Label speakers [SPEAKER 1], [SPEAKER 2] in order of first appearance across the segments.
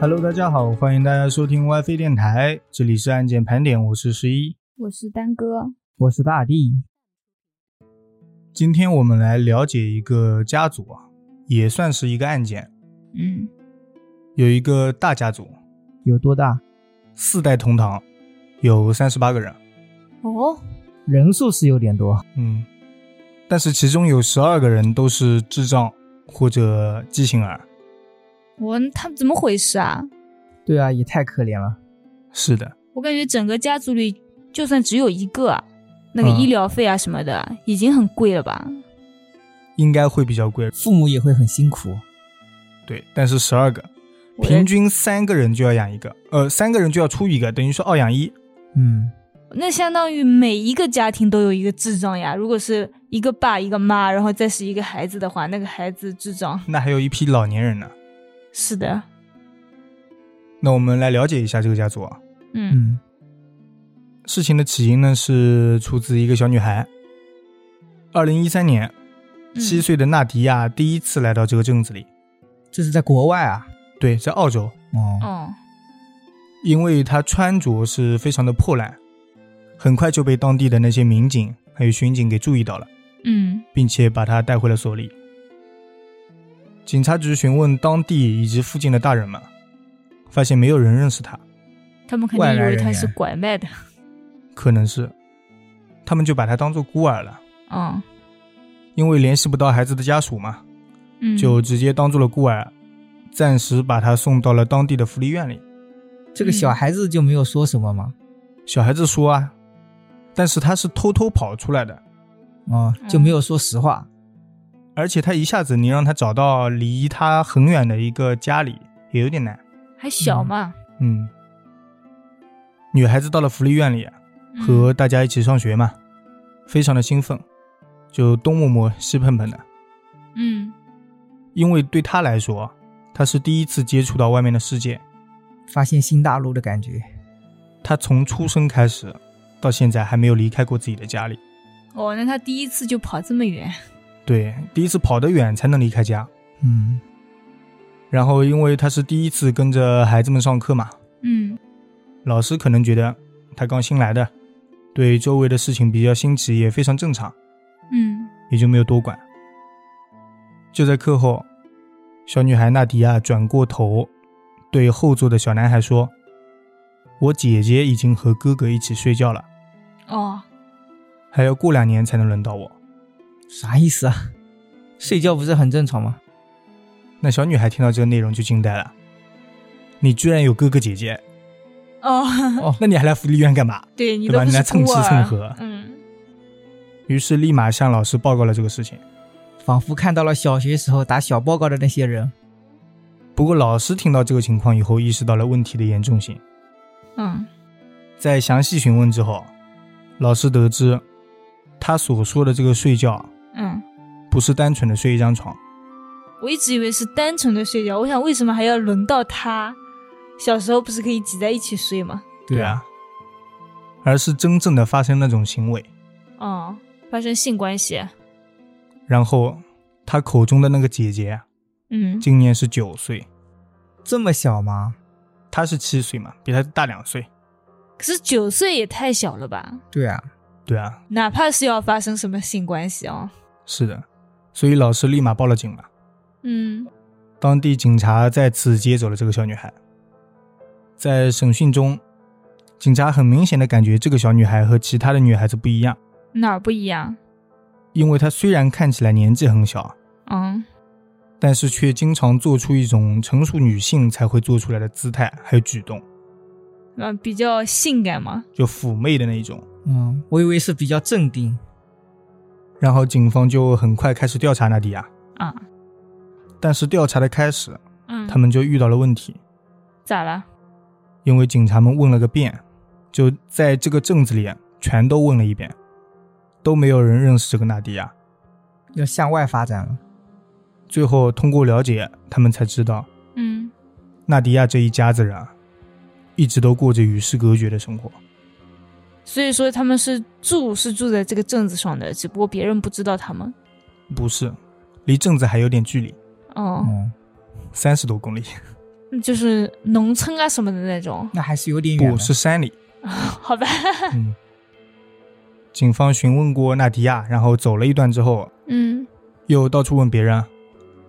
[SPEAKER 1] Hello，大家好，欢迎大家收听 WiFi 电台，这里是案件盘点，我是十一，
[SPEAKER 2] 我是丹哥。
[SPEAKER 3] 我是大地。
[SPEAKER 1] 今天我们来了解一个家族啊，也算是一个案件，
[SPEAKER 2] 嗯，
[SPEAKER 1] 有一个大家族，
[SPEAKER 3] 有多大？
[SPEAKER 1] 四代同堂，有三十八个人，
[SPEAKER 2] 哦，
[SPEAKER 3] 人数是有点多，
[SPEAKER 1] 嗯，但是其中有十二个人都是智障或者畸形儿，
[SPEAKER 2] 我他们怎么回事啊？
[SPEAKER 3] 对啊，也太可怜了。
[SPEAKER 1] 是的，
[SPEAKER 2] 我感觉整个家族里，就算只有一个啊，那个
[SPEAKER 1] 嗯
[SPEAKER 2] 医疗费啊什么的，已经很贵了吧？
[SPEAKER 1] 应该会比较贵，
[SPEAKER 3] 父母也会很辛苦。
[SPEAKER 1] 对，但是十二个，
[SPEAKER 2] 我
[SPEAKER 1] 平均三个人就要养一个，呃，三个人就要出一个，等于说二养一，
[SPEAKER 3] 嗯，
[SPEAKER 2] 那相当于每一个家庭都有一个智障呀。如果是一个爸一个妈，然后再是一个孩子的话，那个孩子智障
[SPEAKER 1] 那还有一批老年人呢。
[SPEAKER 2] 是的，
[SPEAKER 1] 那我们来了解一下这个家族啊。
[SPEAKER 2] 嗯
[SPEAKER 3] 嗯，
[SPEAKER 1] 事情的起因呢是出自一个小女孩。二零一三年，
[SPEAKER 2] 嗯
[SPEAKER 1] 七岁的纳迪亚第一次来到这个镇子里，
[SPEAKER 3] 这是在国外啊。
[SPEAKER 1] 对，在澳洲，
[SPEAKER 3] 哦，
[SPEAKER 2] 哦，
[SPEAKER 1] 因为她穿着是非常的破烂，很快就被当地的那些民警还有巡警给注意到了，
[SPEAKER 2] 嗯
[SPEAKER 1] 并且把她带回了所里。警察局询问当地以及附近的大人们，发现没有人认识她，
[SPEAKER 2] 他们肯
[SPEAKER 3] 外
[SPEAKER 2] 定以
[SPEAKER 3] 来
[SPEAKER 2] 为
[SPEAKER 3] 人
[SPEAKER 2] 他
[SPEAKER 3] 员
[SPEAKER 2] 是拐卖的，
[SPEAKER 1] 可能是，他们就把她当做孤儿了，
[SPEAKER 2] 嗯
[SPEAKER 1] 因为联系不到孩子的家属嘛。
[SPEAKER 2] 嗯，
[SPEAKER 1] 就直接当做了孤儿，暂时把他送到了当地的福利院里。
[SPEAKER 3] 这个小孩子就没有说什么吗？
[SPEAKER 1] 小孩子说啊，但是他是偷偷跑出来的，
[SPEAKER 3] 哦，就没有说实话。
[SPEAKER 1] 而且他一下子你让他找到离他很远的一个家里也有点难。
[SPEAKER 2] 还小嘛，
[SPEAKER 1] 嗯，女孩子到了福利院里啊
[SPEAKER 2] 嗯
[SPEAKER 1] 和大家一起上学嘛，非常的兴奋，就东摸摸西碰碰的，
[SPEAKER 2] 嗯
[SPEAKER 1] 因为对她来说，啊她是第一次接触到外面的世界，
[SPEAKER 3] 发现新大陆的感觉，
[SPEAKER 1] 她从出生开始到现在还没有离开过自己的家里。
[SPEAKER 2] 哦，那他第一次就跑这么远，
[SPEAKER 1] 对，第一次跑得远才能离开家。
[SPEAKER 3] 嗯，
[SPEAKER 1] 然后，因为他是第一次跟着孩子们上课嘛，
[SPEAKER 2] 嗯
[SPEAKER 1] 老师可能觉得他刚新来的，对周围的事情比较新奇，也非常正常，
[SPEAKER 2] 嗯
[SPEAKER 1] 也就没有多管。就在课后，小女孩纳迪亚转过头，对后座的小男孩说：“我姐姐已经和哥哥一起睡觉了，
[SPEAKER 2] 哦，
[SPEAKER 1] 还要过两年才能轮到我。
[SPEAKER 3] 啥意思啊？睡觉不是很正常吗？”
[SPEAKER 1] 那小女孩听到这个内容就惊呆了：“你居然有哥哥姐姐？
[SPEAKER 2] 哦，
[SPEAKER 3] 哦，
[SPEAKER 1] 那你还来福利院干嘛？”
[SPEAKER 2] 对你
[SPEAKER 1] 对
[SPEAKER 2] 都
[SPEAKER 1] 吧
[SPEAKER 2] 不
[SPEAKER 1] 你来
[SPEAKER 2] 是
[SPEAKER 1] 蹭
[SPEAKER 2] 孤
[SPEAKER 1] 吃
[SPEAKER 2] 儿，
[SPEAKER 1] 蹭喝
[SPEAKER 2] 嗯，
[SPEAKER 1] 于是立马向老师报告了这个事情。
[SPEAKER 3] 仿佛看到了小学时候打小报告的那些人。
[SPEAKER 1] 不过老师听到这个情况以后，意识到了问题的严重性。
[SPEAKER 2] 嗯，
[SPEAKER 1] 在详细询问之后，老师得知，他所说的这个睡觉
[SPEAKER 2] 嗯，
[SPEAKER 1] 不是单纯的睡一张床，
[SPEAKER 2] 我一直以为是单纯的睡觉，我想为什么还要轮到他？小时候不是可以挤在一起睡吗？
[SPEAKER 1] 啊，而是真正的发生那种行为。
[SPEAKER 2] 哦，发生性关系，
[SPEAKER 1] 然后，他口中的那个姐姐
[SPEAKER 2] 嗯
[SPEAKER 1] 今年是九岁，
[SPEAKER 3] 这么小吗？
[SPEAKER 1] 他是七岁嘛，比他大两岁。
[SPEAKER 2] 可是九岁也太小了吧？
[SPEAKER 3] 对啊，
[SPEAKER 1] 对啊，
[SPEAKER 2] 哪怕是要发生什么性关系哦，
[SPEAKER 1] 是的，所以老师立马报了警了。
[SPEAKER 2] 嗯
[SPEAKER 1] 当地警察再次接走了这个小女孩。在审讯中，警察很明显的感觉这个小女孩和其他的女孩子不一样，
[SPEAKER 2] 哪儿不一样？
[SPEAKER 1] 因为她虽然看起来年纪很小，
[SPEAKER 2] 嗯
[SPEAKER 1] 但是却经常做出一种成熟女性才会做出来的姿态还有举动，
[SPEAKER 2] 嗯，比较性感嘛，
[SPEAKER 1] 就妩媚的那一种。
[SPEAKER 3] 嗯，我以为是比较镇定。
[SPEAKER 1] 然后警方就很快开始调查纳迪亚，
[SPEAKER 2] 啊，
[SPEAKER 1] 但是调查的开始，
[SPEAKER 2] 嗯，
[SPEAKER 1] 他们就遇到了问题，
[SPEAKER 2] 咋了？
[SPEAKER 1] 因为警察们问了个遍，就在这个镇子里全都问了一遍，都没有人认识这个纳迪亚。
[SPEAKER 3] 要向外发展了。
[SPEAKER 1] 最后通过了解，他们才知道
[SPEAKER 2] 嗯，
[SPEAKER 1] 纳迪亚这一家子人啊，一直都过着与世隔绝的生活。
[SPEAKER 2] 所以说他们是住是住在这个镇子上的，只不过别人不知道他们。
[SPEAKER 1] 不是，离镇子还有点距离，
[SPEAKER 2] 哦，
[SPEAKER 3] 嗯，
[SPEAKER 1] 三十多公里。
[SPEAKER 2] 就是农村啊什么的那种，
[SPEAKER 3] 那还是有点远
[SPEAKER 1] 不
[SPEAKER 3] 的。
[SPEAKER 1] 是山里。
[SPEAKER 2] 好吧？
[SPEAKER 1] 嗯，警方询问过纳迪亚，然后走了一段之后，
[SPEAKER 2] 嗯
[SPEAKER 1] 又到处问别人，啊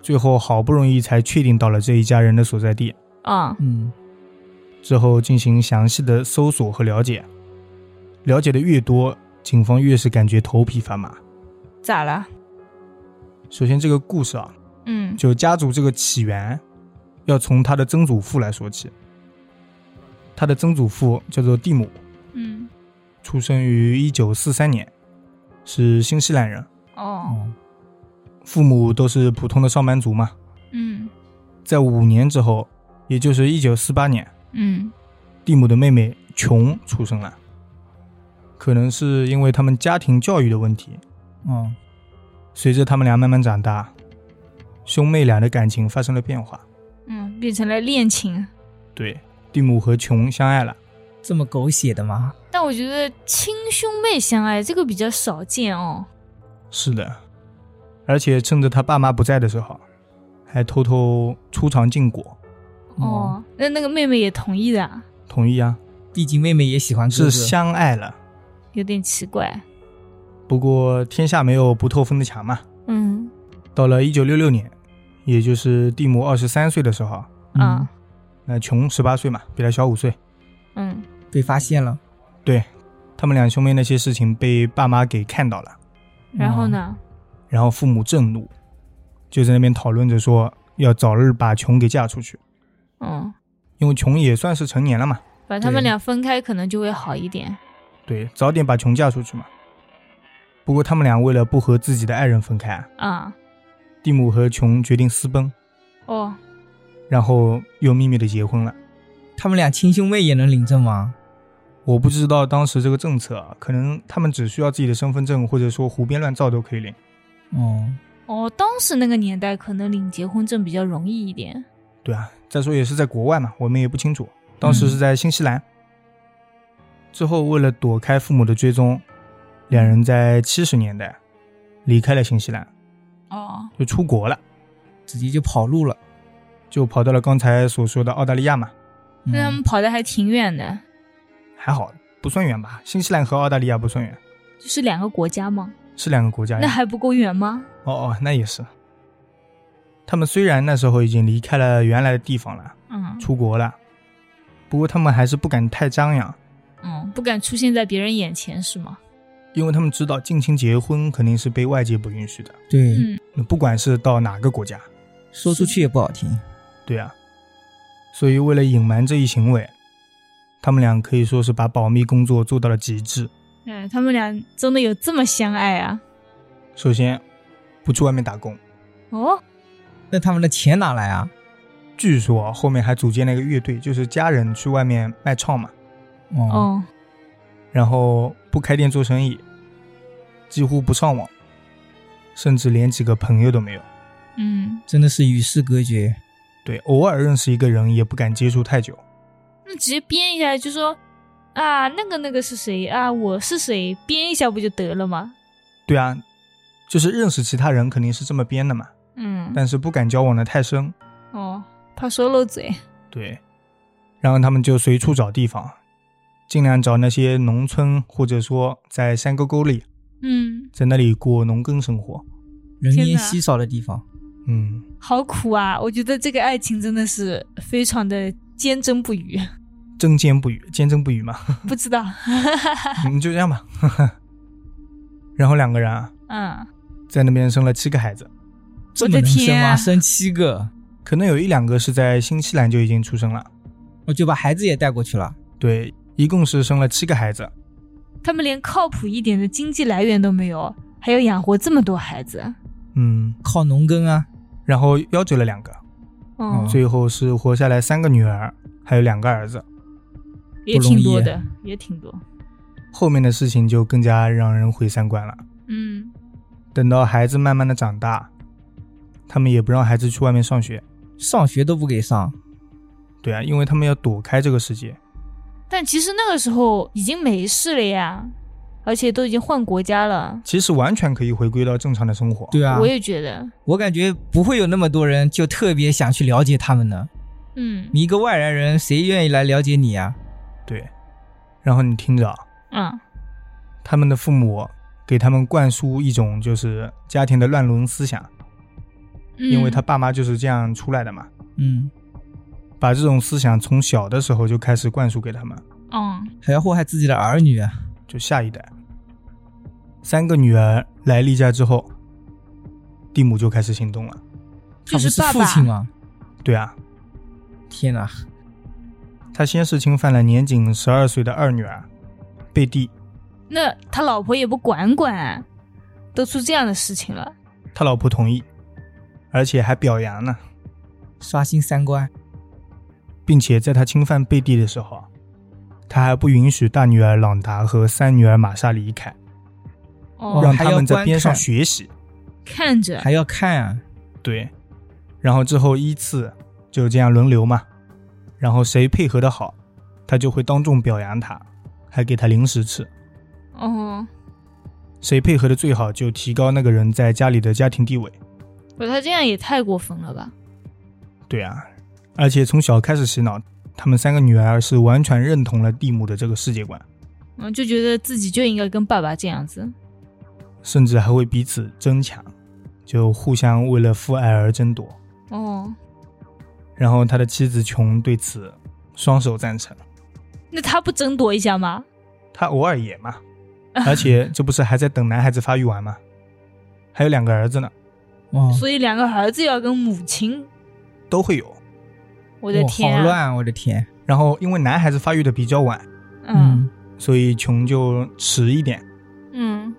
[SPEAKER 1] 最后好不容易才确定到了这一家人的所在地。
[SPEAKER 2] 啊，
[SPEAKER 3] 嗯，
[SPEAKER 1] 之后进行详细的搜索和了解，了解的越多，警方越是感觉头皮发麻。
[SPEAKER 2] 咋了？
[SPEAKER 1] 首先，这个故事啊，
[SPEAKER 2] 嗯
[SPEAKER 1] 就家族这个起源，要从他的曾祖父来说起。他的曾祖父叫做蒂姆，
[SPEAKER 2] 嗯
[SPEAKER 1] 出生于一九四三年，是新西兰人，
[SPEAKER 2] 哦
[SPEAKER 3] 哦，
[SPEAKER 1] 父母都是普通的上班族嘛。
[SPEAKER 2] 嗯
[SPEAKER 1] 在五年之后，也就是一九四八年，
[SPEAKER 2] 嗯
[SPEAKER 1] 蒂姆的妹妹琼出生了。可能是因为他们家庭教育的问题，嗯
[SPEAKER 3] 哦，
[SPEAKER 1] 随着他们俩慢慢长大，兄妹俩的感情发生了变化。
[SPEAKER 2] 嗯，变成了恋情。
[SPEAKER 1] 对，蒂姆和琼相爱了。
[SPEAKER 3] 这么狗血的吗？
[SPEAKER 2] 但我觉得亲兄妹相爱这个比较少见哦。
[SPEAKER 1] 是的，而且趁着他爸妈不在的时候，还偷偷出尝禁果。
[SPEAKER 2] 哦，那那个妹妹也同意的啊，
[SPEAKER 1] 同意啊，
[SPEAKER 3] 毕竟妹妹也喜欢哥
[SPEAKER 1] 是
[SPEAKER 3] 哥。
[SPEAKER 1] 相爱了。
[SPEAKER 2] 有点奇怪。
[SPEAKER 1] 不过天下没有不透风的墙嘛。
[SPEAKER 2] 嗯
[SPEAKER 1] 到了一九六六年，也就是蒂姆二十三岁的时候，
[SPEAKER 2] 啊
[SPEAKER 1] 那琼十八岁嘛，比他小五岁。
[SPEAKER 2] 嗯
[SPEAKER 3] 嗯，被发现了。
[SPEAKER 1] 对他们两兄妹那些事情被爸妈给看到了，
[SPEAKER 2] 然后呢？
[SPEAKER 1] 然后父母震怒，就在那边讨论着说要早日把琼给嫁出去，
[SPEAKER 2] 嗯，
[SPEAKER 1] 因为琼也算是成年了嘛，
[SPEAKER 2] 把他们
[SPEAKER 3] 对
[SPEAKER 2] 俩分开可能就会好一点。
[SPEAKER 1] 对，早点把琼嫁出去嘛。不过他们俩为了不和自己的爱人分开，
[SPEAKER 2] 啊
[SPEAKER 1] 蒂姆和琼决定私奔，
[SPEAKER 2] 哦，
[SPEAKER 1] 然后又秘密的结婚了。
[SPEAKER 3] 他们俩亲兄妹也能领证吗？
[SPEAKER 1] 我不知道当时这个政策啊，可能他们只需要自己的身份证，或者说胡编乱造都可以领。
[SPEAKER 3] 哦，
[SPEAKER 2] 哦，当时那个年代可能领结婚证比较容易一点。
[SPEAKER 1] 对啊，再说也是在国外嘛，我们也不清楚。当时是在新西兰。之后，为了躲开父母的追踪，两人在七十年代离开了新西兰，
[SPEAKER 2] 哦，
[SPEAKER 1] 就出国了，
[SPEAKER 3] 直接就跑路了。
[SPEAKER 1] 就跑到了刚才所说的澳大利亚嘛。
[SPEAKER 2] 那他们
[SPEAKER 3] 嗯，
[SPEAKER 2] 跑的还挺远的，
[SPEAKER 1] 还好不算远吧？新西兰和澳大利亚不算远，
[SPEAKER 2] 就是两个国家嘛，
[SPEAKER 1] 是两个国
[SPEAKER 3] 哎
[SPEAKER 1] 家呀。
[SPEAKER 2] 那还不够远吗？
[SPEAKER 1] 哦哦，那也是。他们虽然那时候已经离开了原来的地方了，
[SPEAKER 2] 嗯
[SPEAKER 1] 出国了，不过他们还是不敢太张扬，
[SPEAKER 2] 嗯，不敢出现在别人眼前是吗？
[SPEAKER 1] 因为他们知道近亲结婚肯定是被外界不允许的。
[SPEAKER 3] 对，
[SPEAKER 2] 嗯
[SPEAKER 1] 那不管是到哪个国家，
[SPEAKER 3] 说出去也不好听。
[SPEAKER 1] 对啊。所以为了隐瞒这一行为，他们俩可以说是把保密工作做到了极致。
[SPEAKER 2] 哎，他们俩真的有这么相爱啊？
[SPEAKER 1] 首先，不去外面打工，
[SPEAKER 2] 哦，
[SPEAKER 3] 那他们的钱哪来啊？
[SPEAKER 1] 据说后面还组建了一个乐队，就是家人去外面卖唱嘛，
[SPEAKER 3] 哦，
[SPEAKER 2] 哦，
[SPEAKER 1] 然后不开店做生意，几乎不上网，甚至连几个朋友都没有。
[SPEAKER 2] 嗯，
[SPEAKER 3] 真的是与世隔绝。
[SPEAKER 1] 对，偶尔认识一个人也不敢接触太久。
[SPEAKER 2] 那直接编一下就说啊，那个那个是谁啊？我是谁？编一下不就得了吗？
[SPEAKER 1] 对啊，就是认识其他人肯定是这么编的嘛，
[SPEAKER 3] 哎
[SPEAKER 2] 嗯，
[SPEAKER 1] 但是不敢交往的太深。
[SPEAKER 2] 哦，怕说漏嘴。
[SPEAKER 1] 对，然后他们就随处找地方，尽量找那些农村或者说在山沟沟里，
[SPEAKER 2] 嗯，
[SPEAKER 1] 在那里过农耕生活。
[SPEAKER 3] 人
[SPEAKER 2] 天
[SPEAKER 3] 烟
[SPEAKER 2] 哪
[SPEAKER 3] 稀少的地方，
[SPEAKER 1] 嗯，
[SPEAKER 2] 好苦啊！我觉得这个爱情真的是非常的坚贞不渝。
[SPEAKER 1] 针尖不语，坚贞不语嘛，
[SPEAKER 2] 不知道，
[SPEAKER 1] 嗯，就这样吧。 然后两个人啊，
[SPEAKER 2] 嗯，
[SPEAKER 1] 在那边生了七个孩子，
[SPEAKER 3] 这么能生
[SPEAKER 2] 天
[SPEAKER 3] 吗？
[SPEAKER 2] 啊
[SPEAKER 3] 生七个，
[SPEAKER 1] 可能有一两个是在新西兰就已经出生了。
[SPEAKER 3] 我就把孩子也带过去了。
[SPEAKER 1] 对，一共是生了七个孩子。
[SPEAKER 2] 他们连靠谱一点的经济来源都没有，还要养活这么多孩子。
[SPEAKER 1] 嗯，
[SPEAKER 3] 靠农耕啊，
[SPEAKER 1] 然后夭折了两个，
[SPEAKER 2] 嗯，
[SPEAKER 1] 最后是活下来三个女儿，还有两个儿子。
[SPEAKER 2] 也挺多的，也挺多。
[SPEAKER 1] 后面的事情就更加让人毁三观了。
[SPEAKER 2] 嗯，
[SPEAKER 1] 等到孩子慢慢的长大，他们也不让孩子去外面上学。
[SPEAKER 3] 上学都不给上。
[SPEAKER 1] 对啊，因为他们要躲开这个世界。
[SPEAKER 2] 但其实那个时候已经没事了呀，而且都已经换国家了。
[SPEAKER 1] 其实完全可以回归到正常的生活。
[SPEAKER 3] 对啊，
[SPEAKER 2] 我
[SPEAKER 3] 我
[SPEAKER 2] 也觉得，
[SPEAKER 3] 感觉不会有那么多人就特别想去了解他们的。
[SPEAKER 2] 嗯
[SPEAKER 3] 你一个外来人，谁愿意来了解你啊？
[SPEAKER 1] 对，然后你听着啊，
[SPEAKER 2] 嗯
[SPEAKER 1] 他们的父母给他们灌输一种就是家庭的乱伦思想，
[SPEAKER 2] 嗯，
[SPEAKER 1] 因为他爸妈就是这样出来的嘛，
[SPEAKER 3] 嗯，
[SPEAKER 1] 把这种思想从小的时候就开始灌输给他们，
[SPEAKER 2] 嗯
[SPEAKER 3] 还要祸害自己的儿女啊？
[SPEAKER 1] 就下一代。三个女儿来例假之后，蒂姆就开始行动了。
[SPEAKER 2] 就
[SPEAKER 3] 他不是
[SPEAKER 2] 爸
[SPEAKER 3] 父
[SPEAKER 2] 爸
[SPEAKER 3] 亲吗？
[SPEAKER 1] 对啊，
[SPEAKER 3] 天哪！
[SPEAKER 1] 他先是侵犯了年仅十二岁的二女儿贝蒂，
[SPEAKER 2] 那他老婆也不管管、啊，都出这样的事情了。
[SPEAKER 1] 他老婆同意，而且还表扬呢，
[SPEAKER 3] 刷新三观，
[SPEAKER 1] 并且在他侵犯贝蒂的时候啊，他还不允许大女儿朗达和三女儿玛莎离开，
[SPEAKER 2] 哦，
[SPEAKER 1] 让他们
[SPEAKER 3] 还
[SPEAKER 1] 在
[SPEAKER 3] 要
[SPEAKER 1] 边上
[SPEAKER 3] 观看
[SPEAKER 1] 学习。
[SPEAKER 2] 看着，
[SPEAKER 3] 还要看啊？
[SPEAKER 1] 对，然后之后依次就这样轮流嘛，然后谁配合的好，他就会当众表扬他，还给他零食吃；
[SPEAKER 2] 哦，
[SPEAKER 1] 谁配合的最好，就提高那个人在家里的家庭地位。
[SPEAKER 2] 不，他这样也太过分了吧？
[SPEAKER 1] 对啊，而且从小开始洗脑，他们三个女儿是完全认同了蒂姆的这个世界观，
[SPEAKER 2] 嗯，就觉得自己就应该跟爸爸这样子。
[SPEAKER 1] 甚至还会彼此争抢，就互相为了父爱而争夺。
[SPEAKER 2] 哦，
[SPEAKER 1] 然后他的妻子琼对此双手赞成，
[SPEAKER 2] 那他不争夺一下吗？
[SPEAKER 1] 他偶尔也嘛，而且这不是还在等男孩子发育完吗？还有两个儿子呢，
[SPEAKER 3] 哇，
[SPEAKER 2] 所以两个儿子要跟母亲，
[SPEAKER 1] 都会有。
[SPEAKER 2] 我的
[SPEAKER 3] 哇
[SPEAKER 2] 天、啊，
[SPEAKER 3] 好乱啊！我的天，
[SPEAKER 1] 然后因为男孩子发育的比较晚，
[SPEAKER 2] 嗯
[SPEAKER 1] 所以琼就迟一点。
[SPEAKER 2] 嗯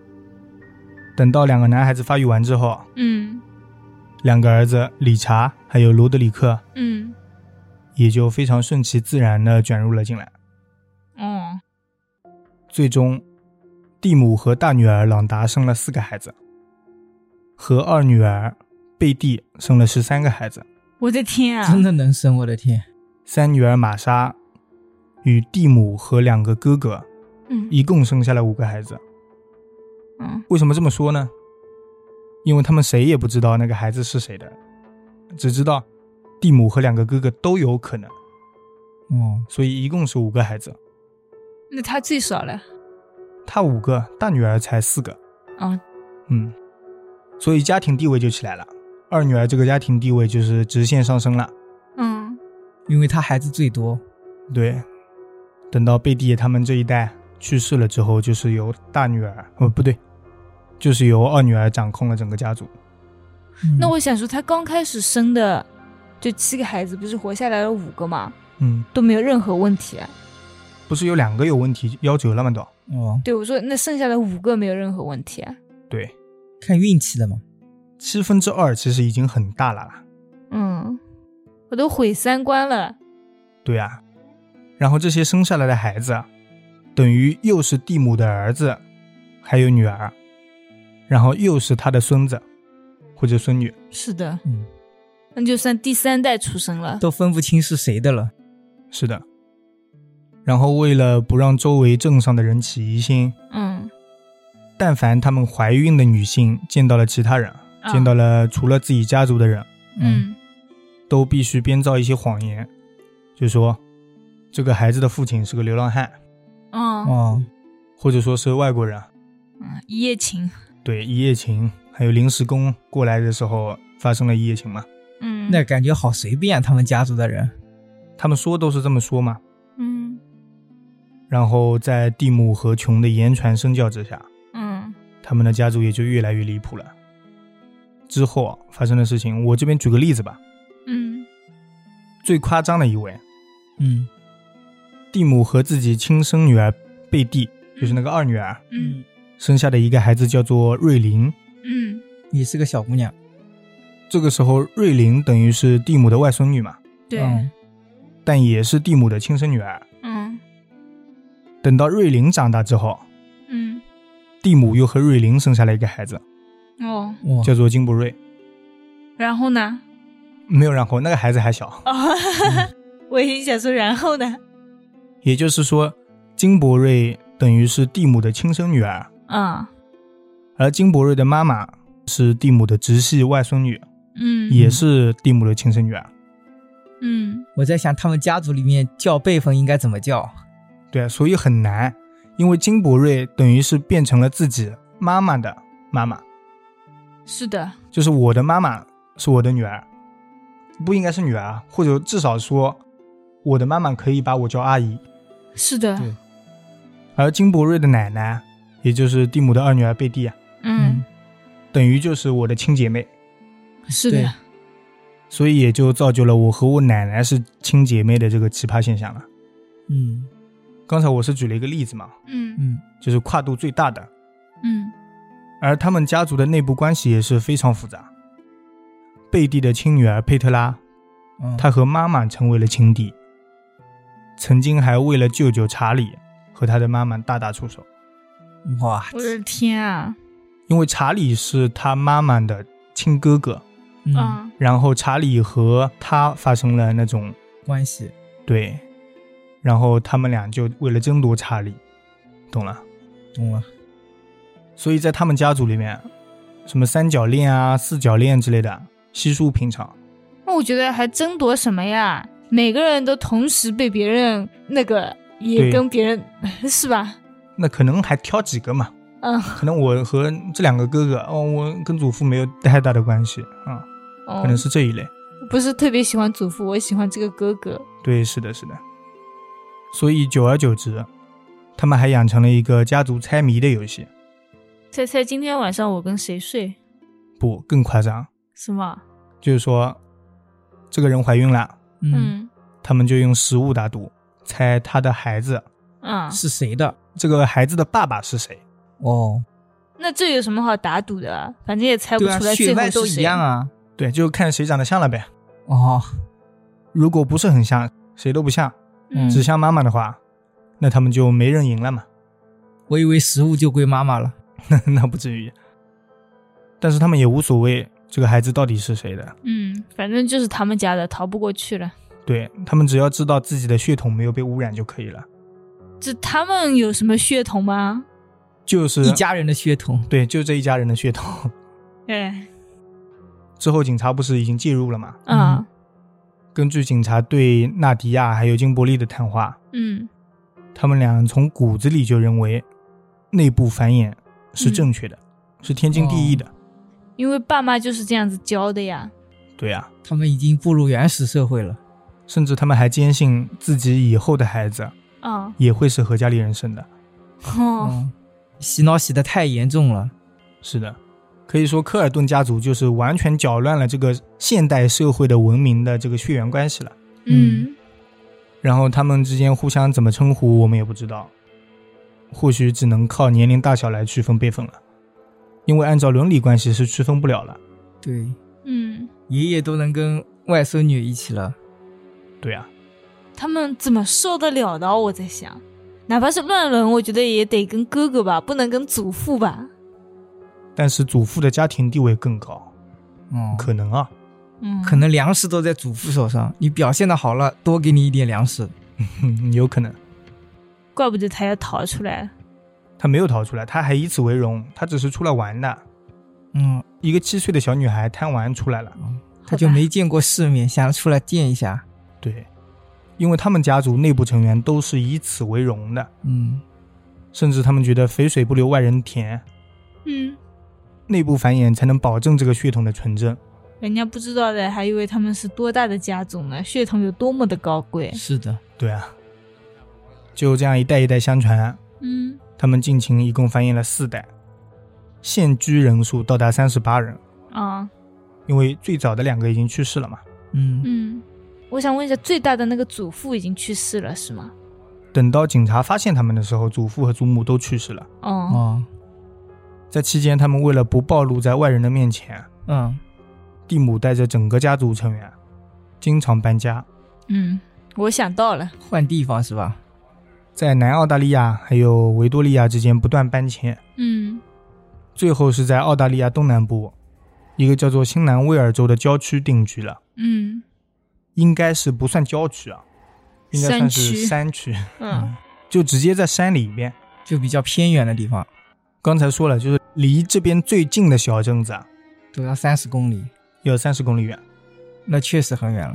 [SPEAKER 1] 等到两个男孩子发育完之后，
[SPEAKER 2] 嗯
[SPEAKER 1] 两个儿子理查还有罗德里克
[SPEAKER 2] 嗯，
[SPEAKER 1] 也就非常顺其自然的卷入了进来。
[SPEAKER 2] 哦，
[SPEAKER 1] 最终，蒂姆和大女儿朗达生了四个孩子，和二女儿贝蒂生了十三个孩子，
[SPEAKER 2] 我的天啊！
[SPEAKER 3] 真的能生，我的天，
[SPEAKER 1] 三女儿玛莎与蒂姆和两个哥哥
[SPEAKER 2] 嗯
[SPEAKER 1] 一共生下了五个孩子。
[SPEAKER 2] 嗯
[SPEAKER 1] 为什么这么说呢？因为他们谁也不知道那个孩子是谁的，只知道蒂姆和两个哥哥都有可能，
[SPEAKER 3] 哦，
[SPEAKER 1] 所以一共是五个孩子。
[SPEAKER 2] 那他最少了。
[SPEAKER 1] 他五个，大女儿才四个，
[SPEAKER 2] 哦，
[SPEAKER 1] 嗯，所以家庭地位就起来了。二女儿这个家庭地位就是直线上升了。
[SPEAKER 2] 嗯
[SPEAKER 3] 因为他孩子最多，
[SPEAKER 1] 对，等到贝蒂他们这一代去世了之后，就是由大女儿，哦不对，就是由二女儿掌控了整个家族。
[SPEAKER 3] 嗯
[SPEAKER 2] 那我想说，他刚开始生的就七个孩子，不是活下来了五个嘛，
[SPEAKER 1] 嗯，
[SPEAKER 2] 都没有任何问题、啊。
[SPEAKER 1] 不是有两个有问题夭折了吗？都
[SPEAKER 3] 哦，
[SPEAKER 2] 对我说，那剩下的五个没有任何问题、啊。
[SPEAKER 1] 对，
[SPEAKER 3] 看运气的嘛。
[SPEAKER 1] 七分之二其实已经很大了啦。
[SPEAKER 2] 嗯，我都毁三观了。
[SPEAKER 1] 对啊，然后这些生下来的孩子，等于又是蒂姆的儿子，还有女儿，然后又是他的孙子或者孙女。
[SPEAKER 2] 是的，
[SPEAKER 3] 嗯，
[SPEAKER 2] 那就算第三代出生了。
[SPEAKER 3] 都分不清是谁的了。
[SPEAKER 1] 是的。然后为了不让周围镇上的人起疑心，
[SPEAKER 2] 嗯，
[SPEAKER 1] 但凡他们怀孕的女性见到了其他人，
[SPEAKER 2] 啊
[SPEAKER 1] 见到了除了自己家族的人，
[SPEAKER 2] 嗯
[SPEAKER 1] 都必须编造一些谎言，就说这个孩子的父亲是个流浪汉，
[SPEAKER 2] 嗯
[SPEAKER 3] 哦，
[SPEAKER 1] 或者说是外国人，
[SPEAKER 2] 嗯，一夜情。
[SPEAKER 1] 对，一夜情，还有临时工过来的时候发生了一夜情嘛。
[SPEAKER 2] 嗯，
[SPEAKER 3] 那感觉好随便啊，他们家族的人。
[SPEAKER 1] 他们说都是这么说嘛。
[SPEAKER 2] 嗯
[SPEAKER 1] 然后在蒂姆和琼的言传身教之下，
[SPEAKER 2] 嗯
[SPEAKER 1] 他们的家族也就越来越离谱了。之后啊发生的事情，我这边举个例子吧。
[SPEAKER 2] 嗯
[SPEAKER 1] 最夸张的一位，
[SPEAKER 3] 嗯
[SPEAKER 1] 蒂姆和自己亲生女儿贝蒂，就是那个二女儿，
[SPEAKER 2] 嗯，
[SPEAKER 1] 生下的一个孩子叫做瑞琳。
[SPEAKER 2] 嗯
[SPEAKER 3] 也是个小姑娘。
[SPEAKER 1] 这个时候，瑞琳等于是蒂姆的外孙女嘛，
[SPEAKER 2] 对，
[SPEAKER 3] 嗯
[SPEAKER 1] 但也是蒂姆的亲生女儿。
[SPEAKER 2] 嗯
[SPEAKER 1] 等到瑞琳长大之后，
[SPEAKER 2] 嗯
[SPEAKER 1] 蒂姆又和瑞琳生下了一个孩子，
[SPEAKER 2] 哦，
[SPEAKER 3] 哇，
[SPEAKER 1] 叫做金博瑞。
[SPEAKER 2] 然后呢？
[SPEAKER 1] 没有然后，那个孩子还小，
[SPEAKER 2] 哦， 我已经想说然后呢？
[SPEAKER 1] 也就是说，金博瑞等于是蒂姆的亲生女儿，
[SPEAKER 2] 啊
[SPEAKER 1] 而金博瑞的妈妈是蒂姆的直系外孙女，
[SPEAKER 2] 嗯
[SPEAKER 1] 也是蒂姆的亲生女儿。
[SPEAKER 2] 嗯
[SPEAKER 3] 我在想他们家族里面叫辈分应该怎么叫。
[SPEAKER 1] 对啊，所以很难，因为金博瑞等于是变成了自己妈妈的妈妈，
[SPEAKER 2] 是的，
[SPEAKER 1] 就是我的妈妈是我的女儿，不应该是女儿，啊或者至少说我的妈妈可以把我叫阿姨，
[SPEAKER 2] 是的，
[SPEAKER 1] 对而金博瑞的奶奶，也就是蒂姆的二女儿贝蒂啊，
[SPEAKER 2] 嗯，
[SPEAKER 1] 等于就是我的亲姐妹，嗯
[SPEAKER 2] 是的
[SPEAKER 3] 对，
[SPEAKER 1] 所以也就造就了我和我奶奶是亲姐妹的这个奇葩现象了。
[SPEAKER 3] 嗯
[SPEAKER 1] 刚才我是举了一个例子嘛，
[SPEAKER 2] 嗯
[SPEAKER 3] 嗯
[SPEAKER 1] 就是跨度最大的，
[SPEAKER 2] 嗯
[SPEAKER 1] 而他们家族的内部关系也是非常复杂。贝蒂的亲女儿佩特拉，
[SPEAKER 3] 嗯，
[SPEAKER 1] 她和妈妈成为了情敌，曾经还为了舅舅查理和他的妈妈大打出手，
[SPEAKER 3] 哇，
[SPEAKER 2] 我的天啊，
[SPEAKER 1] 因为查理是他妈妈的亲哥哥，
[SPEAKER 3] 嗯，
[SPEAKER 2] 啊，
[SPEAKER 1] 然后查理和他发生了那种
[SPEAKER 3] 关系
[SPEAKER 1] 对，然后他们俩就为了争夺查理，懂了。
[SPEAKER 3] 懂了。
[SPEAKER 1] 所以在他们家族里面，什么三角恋啊、四角恋之类的稀疏平常。
[SPEAKER 2] 那我觉得还争夺什么呀？每个人都同时被别人那个，也
[SPEAKER 1] 对
[SPEAKER 2] 跟别人 是吧？
[SPEAKER 1] 那可能还挑几个嘛，
[SPEAKER 2] 嗯，
[SPEAKER 1] 可能我和这两个哥哥，哦，我跟祖父没有太大的关系啊、
[SPEAKER 2] 哦
[SPEAKER 1] 可能是这一类。
[SPEAKER 2] 不是特别喜欢祖父，我喜欢这个哥哥。
[SPEAKER 1] 对，是的，是的。所以久而久之，他们还养成了一个家族猜谜的游戏。
[SPEAKER 2] 猜猜今天晚上我跟谁睡？
[SPEAKER 1] 不，更夸张，
[SPEAKER 2] 是吗？
[SPEAKER 1] 就是说，这个人怀孕了，
[SPEAKER 3] 嗯，
[SPEAKER 1] 他们就用食物打赌，猜他的孩子，
[SPEAKER 2] 啊，
[SPEAKER 3] 是谁的？
[SPEAKER 1] 这个孩子的爸爸是谁。
[SPEAKER 3] 哦，
[SPEAKER 2] 那这有什么好打赌的啊？反正也猜不
[SPEAKER 3] 对啊，
[SPEAKER 2] 出来
[SPEAKER 3] 血
[SPEAKER 2] 最
[SPEAKER 3] 脉
[SPEAKER 2] 后
[SPEAKER 3] 都
[SPEAKER 2] 是
[SPEAKER 3] 一
[SPEAKER 2] 谁。
[SPEAKER 3] 样啊。
[SPEAKER 1] 对，就看谁长得像了呗。
[SPEAKER 3] 哦，
[SPEAKER 1] 如果不是很像，谁都不像，
[SPEAKER 2] 嗯，
[SPEAKER 1] 只像妈妈的话，那他们就没人赢了嘛。
[SPEAKER 3] 我以为食物就归妈妈了。
[SPEAKER 1] 那不至于。但是他们也无所谓这个孩子到底是谁的，
[SPEAKER 2] 嗯，反正就是他们家的，逃不过去了。
[SPEAKER 1] 对他们只要知道自己的血统没有被污染就可以了。
[SPEAKER 2] 这他们有什么血统吗？
[SPEAKER 1] 就是
[SPEAKER 2] 啊
[SPEAKER 3] 一家人的血统，
[SPEAKER 1] 对，就这一家人的血统。
[SPEAKER 2] 哎，
[SPEAKER 1] 之后警察不是已经介入了嘛？
[SPEAKER 2] 啊，
[SPEAKER 1] 根据警察对纳迪亚还有金伯利的谈话，
[SPEAKER 2] 嗯
[SPEAKER 1] 他们俩从骨子里就认为内部繁衍
[SPEAKER 3] 嗯
[SPEAKER 1] 是正确的，是天经地
[SPEAKER 3] 哦
[SPEAKER 1] 义的。
[SPEAKER 2] 因为爸妈就是这样子教的呀。
[SPEAKER 1] 对呀、
[SPEAKER 3] 他们已经步入原始社会了。
[SPEAKER 1] 甚至他们还坚信自己以后的孩子
[SPEAKER 2] 啊，
[SPEAKER 1] 也会是和家里人生的。
[SPEAKER 2] 哦，
[SPEAKER 3] 嗯，洗脑洗得太严重了。
[SPEAKER 1] 是的，可以说科尔顿家族就是完全搅乱了这个现代社会的文明的这个血缘关系了。
[SPEAKER 2] 嗯
[SPEAKER 1] 然后他们之间互相怎么称呼，我们也不知道，或许只能靠年龄大小来区分辈分了，因为按照伦理关系是区分不了了。
[SPEAKER 3] 对，
[SPEAKER 2] 嗯，
[SPEAKER 3] 爷爷都能跟外孙女一起了。
[SPEAKER 1] 对啊，
[SPEAKER 2] 他们怎么受得了的？我在想，哪怕是乱伦，我觉得也得跟哥哥吧，不能跟祖父吧。
[SPEAKER 1] 但是祖父的家庭地位更高，
[SPEAKER 3] 哦，
[SPEAKER 1] 可能啊，
[SPEAKER 2] 嗯，
[SPEAKER 3] 可能粮食都在祖父手上，你表现的好了，多给你一点粮食。
[SPEAKER 1] 嗯有可能
[SPEAKER 2] 嗯怪不得他要逃出来。
[SPEAKER 1] 他没有逃出来，他还以此为荣，他只是出来玩的。
[SPEAKER 3] 嗯，
[SPEAKER 1] 一个七岁的小女孩贪玩出来了，
[SPEAKER 3] 他就
[SPEAKER 2] 好吧
[SPEAKER 3] 没见过世面，想出来见一下。
[SPEAKER 1] 对，因为他们家族内部成员都是以此为荣的，
[SPEAKER 3] 嗯，
[SPEAKER 1] 甚至他们觉得肥水不流外人田，
[SPEAKER 2] 嗯，
[SPEAKER 1] 内部繁衍才能保证这个血统的纯正。
[SPEAKER 2] 人家不知道的，还以为他们是多大的家族呢，血统有多么的高贵。
[SPEAKER 3] 是的，
[SPEAKER 1] 对啊，就这样一代一代相传，
[SPEAKER 2] 嗯
[SPEAKER 1] 他们近亲一共繁衍了四代，现居人数到达三十八人，
[SPEAKER 2] 啊，
[SPEAKER 1] 因为最早的两个已经去世了嘛。
[SPEAKER 3] 嗯，
[SPEAKER 2] 嗯，我想问一下，最大的那个祖父已经去世了是吗？
[SPEAKER 1] 等到警察发现他们的时候，祖父和祖母都去世了。
[SPEAKER 2] 哦，
[SPEAKER 3] 哦，
[SPEAKER 1] 在期间，他们为了不暴露在外人的面前，
[SPEAKER 3] 嗯，
[SPEAKER 1] 蒂姆带着整个家族成员经常搬家，
[SPEAKER 2] 嗯，我想到了，
[SPEAKER 3] 换地方是吧？
[SPEAKER 1] 在南澳大利亚还有维多利亚之间不断搬迁，
[SPEAKER 2] 嗯
[SPEAKER 1] 最后是在澳大利亚东南部一个叫做新南威尔州的郊区定居了，
[SPEAKER 2] 嗯
[SPEAKER 1] 应该是不算郊区啊，应该算是山
[SPEAKER 2] 山
[SPEAKER 1] 区，
[SPEAKER 2] 嗯
[SPEAKER 1] 就直接在山里边。
[SPEAKER 3] 就比较偏远的地方，
[SPEAKER 1] 刚才说了，就是离这边最近的小镇子啊，
[SPEAKER 3] 都要三十公里，
[SPEAKER 1] 要三十公里远。
[SPEAKER 3] 那确实很远了。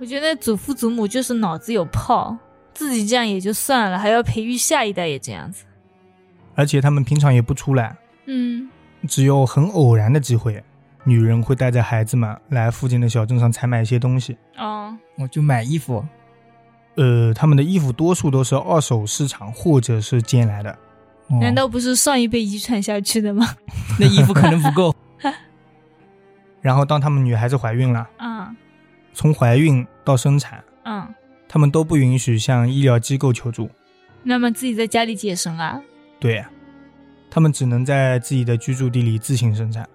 [SPEAKER 2] 我觉得祖父祖母就是脑子有泡，自己这样也就算了，还要培育下一代也这样子。
[SPEAKER 1] 而且他们平常也不出来，
[SPEAKER 2] 嗯，
[SPEAKER 1] 只有很偶然的机会，女人会带着孩子们来附近的小镇上采买一些东西。
[SPEAKER 2] 哦，
[SPEAKER 3] 我就买衣服，
[SPEAKER 1] 呃，他们的衣服多数都是二手市场或者是捡来的。
[SPEAKER 3] 哦
[SPEAKER 2] 难道不是上一辈遗传下去的吗？
[SPEAKER 3] 那衣服可能不够？
[SPEAKER 1] 然后当他们女孩子怀孕了，
[SPEAKER 2] 嗯
[SPEAKER 1] 从怀孕到生产，
[SPEAKER 2] 嗯，
[SPEAKER 1] 他们都不允许向医疗机构求助。
[SPEAKER 2] 那么自己在家里接生啊？
[SPEAKER 1] 对，他们只能在自己的居住地里自行生产。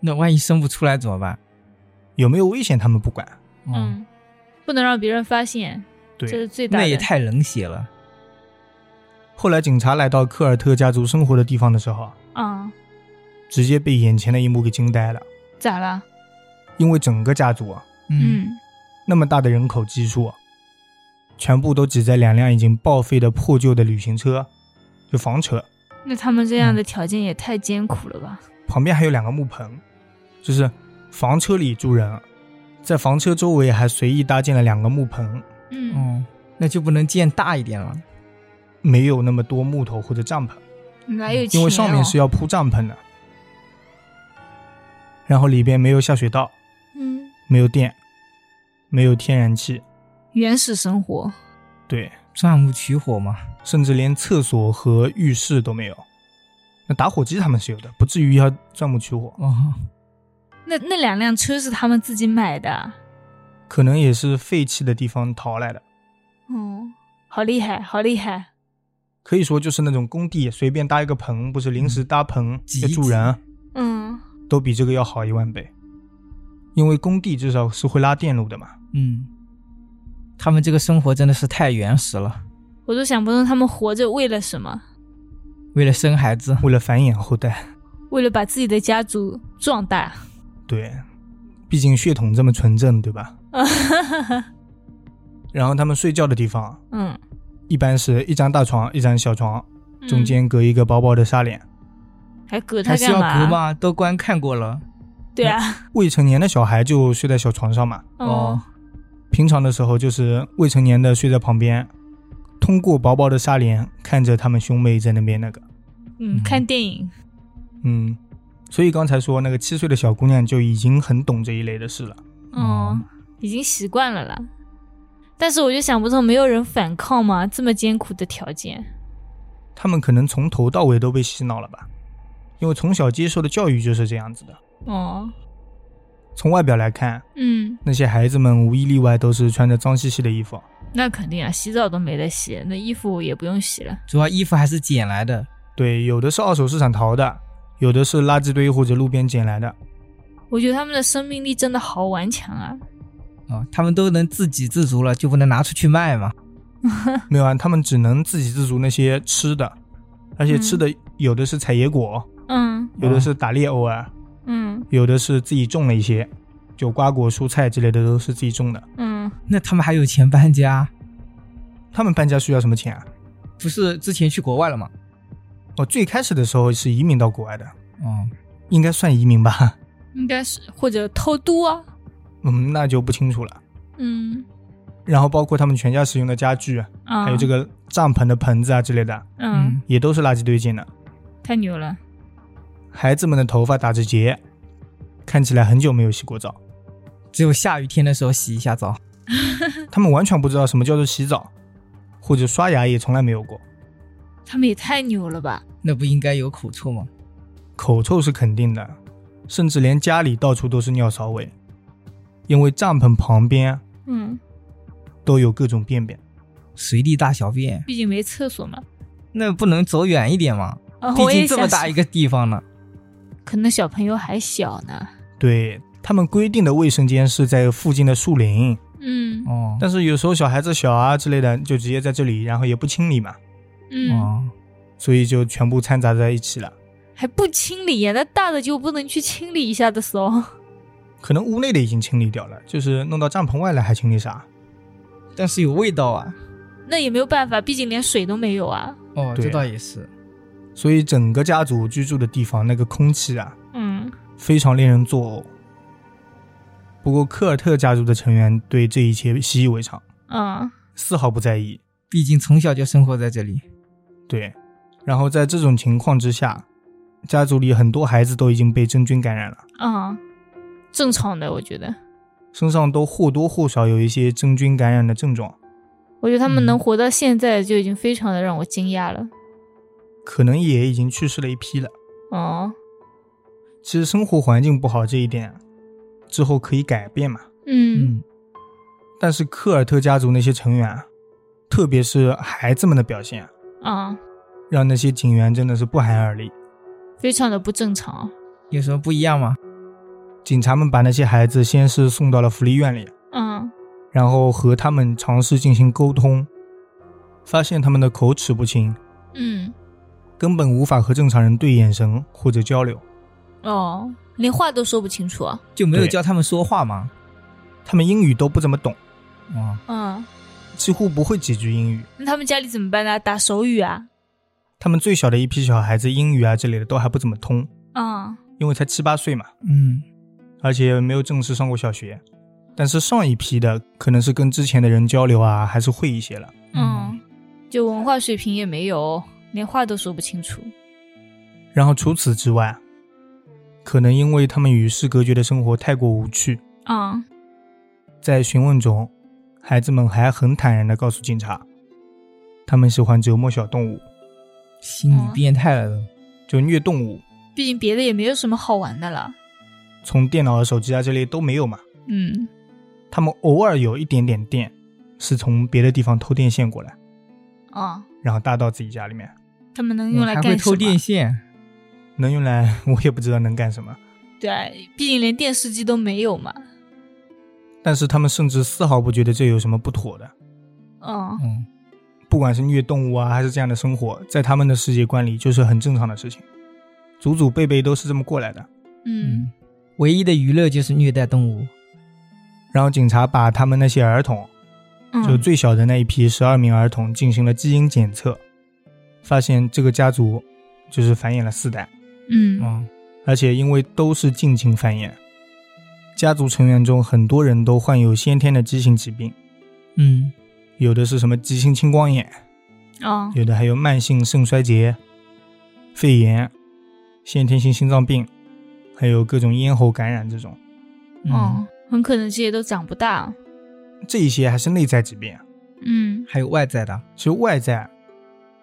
[SPEAKER 3] 那万一生不出来怎么办？
[SPEAKER 1] 有没有危险，他们不管。
[SPEAKER 3] 哦，
[SPEAKER 2] 嗯，不能让别人发现，这
[SPEAKER 1] 对，啊
[SPEAKER 2] 是最大的。
[SPEAKER 3] 那也太冷血了。
[SPEAKER 1] 后来警察来到科尔特家族生活的地方的时候，啊
[SPEAKER 2] 嗯，
[SPEAKER 1] 直接被眼前的一幕给惊呆了。
[SPEAKER 2] 咋了？
[SPEAKER 1] 因为整个家族啊，
[SPEAKER 3] 嗯，
[SPEAKER 2] 嗯
[SPEAKER 1] 那么大的人口基数啊，全部都挤在两辆已经报废的破旧的旅行车，就房车
[SPEAKER 2] 那他们这样的条件也太艰苦了吧？
[SPEAKER 1] 旁边还有两个木棚，就是房车里住人，啊在房车周围还随意搭建了两个木棚，
[SPEAKER 2] 嗯，
[SPEAKER 3] 哦，那就不能建大一点了。
[SPEAKER 1] 没有那么多木头或者帐篷。
[SPEAKER 2] 哪有钱、哦？
[SPEAKER 1] 因为上面是要铺帐篷的，然后里边没有下水道，
[SPEAKER 2] 嗯
[SPEAKER 1] 没有电，没有天然气，
[SPEAKER 2] 原始生活，
[SPEAKER 1] 对，
[SPEAKER 3] 钻木取火嘛，
[SPEAKER 1] 甚至连厕所和浴室都没有。那打火机他们是有的，不至于要钻木取火，
[SPEAKER 3] 哦，
[SPEAKER 2] 那那两辆车是他们自己买的，
[SPEAKER 1] 可能也是废弃的地方淘来的，
[SPEAKER 2] 嗯，好厉害，好厉害，
[SPEAKER 1] 可以说就是那种工地随便搭一个棚，不是临时搭棚
[SPEAKER 3] 挤一
[SPEAKER 1] 要住人啊，
[SPEAKER 2] 嗯
[SPEAKER 1] 都比这个要好一万倍，因为工地至少是会拉电路的嘛。
[SPEAKER 3] 嗯，他们这个生活真的是太原始了，
[SPEAKER 2] 我都想不通他们活着为了什么？
[SPEAKER 3] 为了生孩子，
[SPEAKER 1] 为了繁衍后代，
[SPEAKER 2] 为了把自己的家族壮 大。
[SPEAKER 1] 对，毕竟血统这么纯正，对吧？然后他们睡觉的地方
[SPEAKER 2] 嗯，
[SPEAKER 1] 一般是一张大床，一张小床，
[SPEAKER 2] 嗯
[SPEAKER 1] 中间隔一个薄薄的纱帘。
[SPEAKER 2] 还隔他
[SPEAKER 3] 还需
[SPEAKER 2] 干
[SPEAKER 3] 要
[SPEAKER 2] 嘛？
[SPEAKER 3] 隔吗？都观看过了。
[SPEAKER 2] 对啊，
[SPEAKER 1] 未成年的小孩就睡在小床上嘛，
[SPEAKER 2] 哦，
[SPEAKER 1] 平常的时候就是未成年的睡在旁边，通过薄薄的纱帘看着他们兄妹在那边那个，
[SPEAKER 2] 嗯，
[SPEAKER 3] 嗯
[SPEAKER 2] 看电影，
[SPEAKER 1] 嗯，所以刚才说那个七岁的小姑娘就已经很懂这一类的事了。
[SPEAKER 2] 哦
[SPEAKER 3] 哦，
[SPEAKER 2] 已经习惯了啦。但是我就想不通，没有人反抗吗？这么艰苦的条件，
[SPEAKER 1] 他们可能从头到尾都被洗脑了吧，因为从小接受的教育就是这样子的。
[SPEAKER 2] 哦，
[SPEAKER 1] 从外表来看，
[SPEAKER 2] 嗯，
[SPEAKER 1] 那些孩子们无一例外都是穿着脏兮兮的衣服，
[SPEAKER 2] 那肯定啊，洗澡都没得洗，那衣服也不用洗了。
[SPEAKER 3] 主要衣服还是捡来的，
[SPEAKER 1] 对，有的是二手市场淘的，有的是垃圾堆或者路边捡来的。
[SPEAKER 2] 我觉得他们的生命力真的好顽强啊！
[SPEAKER 3] 啊、他们都能自给自足了，就不能拿出去卖嘛？
[SPEAKER 1] 没有啊，他们只能自给自足那些吃的，而且吃的有的是采野果，
[SPEAKER 2] 嗯
[SPEAKER 1] 有的是打猎偶尔，
[SPEAKER 2] 嗯
[SPEAKER 1] 有的是自己种了一些，就瓜果、蔬菜之类的都是自己种的。
[SPEAKER 2] 嗯，
[SPEAKER 3] 那他们还有钱搬家？
[SPEAKER 1] 他们搬家需要什么钱啊？
[SPEAKER 3] 不是之前去国外了吗？
[SPEAKER 1] 我最开始的时候是移民到国外的，
[SPEAKER 3] 哦，
[SPEAKER 1] 应该算移民吧？
[SPEAKER 2] 应该是或者偷渡啊。
[SPEAKER 1] 嗯，那就不清楚了。
[SPEAKER 2] 嗯
[SPEAKER 1] 然后包括他们全家使用的家具，
[SPEAKER 2] 啊，
[SPEAKER 1] 还有这
[SPEAKER 2] 个，
[SPEAKER 1] 个帐篷的棚子啊之类的，
[SPEAKER 2] 嗯，
[SPEAKER 1] 也都是垃圾堆捡的。
[SPEAKER 2] 太牛了。
[SPEAKER 1] 孩子们的头发打着结，看起来很久没有洗过澡。
[SPEAKER 3] 只有下雨天的时候洗一下澡。
[SPEAKER 1] 他们完全不知道什么叫做洗澡，或者刷牙也从来没有过。
[SPEAKER 2] 他们也太牛了吧！
[SPEAKER 3] 那不应该有苦臭吗？
[SPEAKER 1] 口臭是肯定的，甚至连家里到处都是尿骚味，因为帐篷旁边
[SPEAKER 2] 嗯，
[SPEAKER 1] 都有各种便便。
[SPEAKER 3] 随地大小便，
[SPEAKER 2] 毕竟没厕所嘛。
[SPEAKER 3] 那不能走远一点吗？
[SPEAKER 2] 啊，
[SPEAKER 3] 毕
[SPEAKER 2] 我也
[SPEAKER 3] 竟这
[SPEAKER 2] 想
[SPEAKER 3] 么大
[SPEAKER 2] 说
[SPEAKER 3] 一个地方呢。
[SPEAKER 2] 可能小朋友还小呢。
[SPEAKER 1] 对他们规定的卫生间是在附近的树林，
[SPEAKER 2] 嗯
[SPEAKER 3] 哦，
[SPEAKER 1] 但是有时候小孩子小啊之类的，就直接在这里，然后也不清理嘛，
[SPEAKER 2] 嗯，
[SPEAKER 3] 哦，
[SPEAKER 1] 所以就全部掺杂在一起了。
[SPEAKER 2] 还不清理呀？那大的就不能去清理一下的嗦？
[SPEAKER 1] 可能屋内的已经清理掉了，就是弄到帐篷外来还清理啥？
[SPEAKER 3] 但是有味道啊。
[SPEAKER 2] 那也没有办法，毕竟连水都没有啊。
[SPEAKER 3] 哦，
[SPEAKER 1] 对
[SPEAKER 3] 这倒也是。
[SPEAKER 1] 所以整个家族居住的地方那个空气啊，
[SPEAKER 2] 嗯
[SPEAKER 1] 非常令人作呕。不过科尔特家族的成员对这一切习以为常，
[SPEAKER 2] 嗯
[SPEAKER 1] 丝毫不在意。
[SPEAKER 3] 毕竟从小就生活在这里。
[SPEAKER 1] 对，然后在这种情况之下，家族里很多孩子都已经被真菌感染了，
[SPEAKER 2] 嗯，正常的，我觉得，
[SPEAKER 1] 身上都或多或少有一些真菌感染的症状。
[SPEAKER 2] 我觉得他们
[SPEAKER 3] 嗯
[SPEAKER 2] 能活到现在就已经非常的让我惊讶了。
[SPEAKER 1] 可能也已经去世了一批了。
[SPEAKER 2] 哦，
[SPEAKER 1] 其实生活环境不好这一点，之后可以改变嘛。
[SPEAKER 2] 嗯，
[SPEAKER 1] 但是科尔特家族那些成员啊，特别是孩子们的表现啊，
[SPEAKER 2] 啊、
[SPEAKER 1] 让那些警员真的是不寒而栗。
[SPEAKER 2] 非常的不正常。
[SPEAKER 3] 有什么不一样吗？
[SPEAKER 1] 警察们把那些孩子先是送到了福利院里，
[SPEAKER 2] 嗯
[SPEAKER 1] 然后和他们尝试进行沟通，发现他们的口齿不清，
[SPEAKER 2] 嗯，
[SPEAKER 1] 根本无法和正常人对眼神或者交流。
[SPEAKER 2] 哦，连话都说不清楚。
[SPEAKER 3] 就没有
[SPEAKER 1] 对
[SPEAKER 3] 教他们说话吗？
[SPEAKER 1] 他们英语都不怎么懂，
[SPEAKER 3] 啊，
[SPEAKER 2] 嗯，
[SPEAKER 1] 几乎不会几句英语。
[SPEAKER 2] 那他们家里怎么办呢？打手语啊？
[SPEAKER 1] 他们最小的一批小孩子英语啊之类的都还不怎么通，
[SPEAKER 2] 嗯
[SPEAKER 1] 因为才七八岁嘛，
[SPEAKER 3] 嗯，
[SPEAKER 1] 而且没有正式上过小学。但是上一批的可能是跟之前的人交流啊，还是会一些了。
[SPEAKER 2] 嗯，就文化水平也没有，连话都说不清楚。
[SPEAKER 1] 然后除此之外，可能因为他们与世隔绝的生活太过无趣，
[SPEAKER 2] 嗯
[SPEAKER 1] 在询问中，孩子们还很坦然地告诉警察，他们喜欢折磨小动物，
[SPEAKER 2] 哦
[SPEAKER 3] 心理变态了都。嗯
[SPEAKER 1] 就虐动物，
[SPEAKER 2] 毕竟别的也没有什么好玩的了。
[SPEAKER 1] 从电脑啊、手机啊这类都没有嘛。
[SPEAKER 2] 嗯
[SPEAKER 1] 他们偶尔有一点点电，是从别的地方偷电线过来，
[SPEAKER 2] 啊、
[SPEAKER 1] 然后搭到自己家里面，
[SPEAKER 2] 他们能用来
[SPEAKER 3] 嗯还
[SPEAKER 2] 干什
[SPEAKER 3] 会
[SPEAKER 2] 么？
[SPEAKER 3] 偷电线，
[SPEAKER 1] 能用来 我也不知道能干什么。
[SPEAKER 2] 对，毕竟连电视机都没有嘛。
[SPEAKER 1] 但是他们甚至丝毫不觉得这有什么不妥的。
[SPEAKER 2] 嗯
[SPEAKER 3] 嗯，
[SPEAKER 1] 不管是虐动物啊，还是这样的生活，在他们的世界观里就是很正常的事情。祖祖辈辈都是这么过来的。
[SPEAKER 2] 嗯，
[SPEAKER 3] 唯一的娱乐就是虐待动物。
[SPEAKER 1] 然后警察把他们那些儿童，
[SPEAKER 2] 嗯
[SPEAKER 1] 就最小的那一批十二名儿童进行了基因检测，发现这个家族就是繁衍了四代，
[SPEAKER 2] 嗯
[SPEAKER 3] 嗯，
[SPEAKER 1] 而且因为都是近亲繁衍，家族成员中很多人都患有先天的畸形疾病，
[SPEAKER 3] 嗯，
[SPEAKER 1] 有的是什么急性青光眼，
[SPEAKER 2] 啊
[SPEAKER 1] 有的还有慢性肾衰竭、肺炎、先天性心脏病，还有各种咽喉感染这种，
[SPEAKER 3] 嗯，
[SPEAKER 2] 嗯，很可能这些都长不大。哦
[SPEAKER 1] 这一些还是内在疾病啊。
[SPEAKER 2] 嗯
[SPEAKER 3] 还有外在的，
[SPEAKER 1] 其实外在，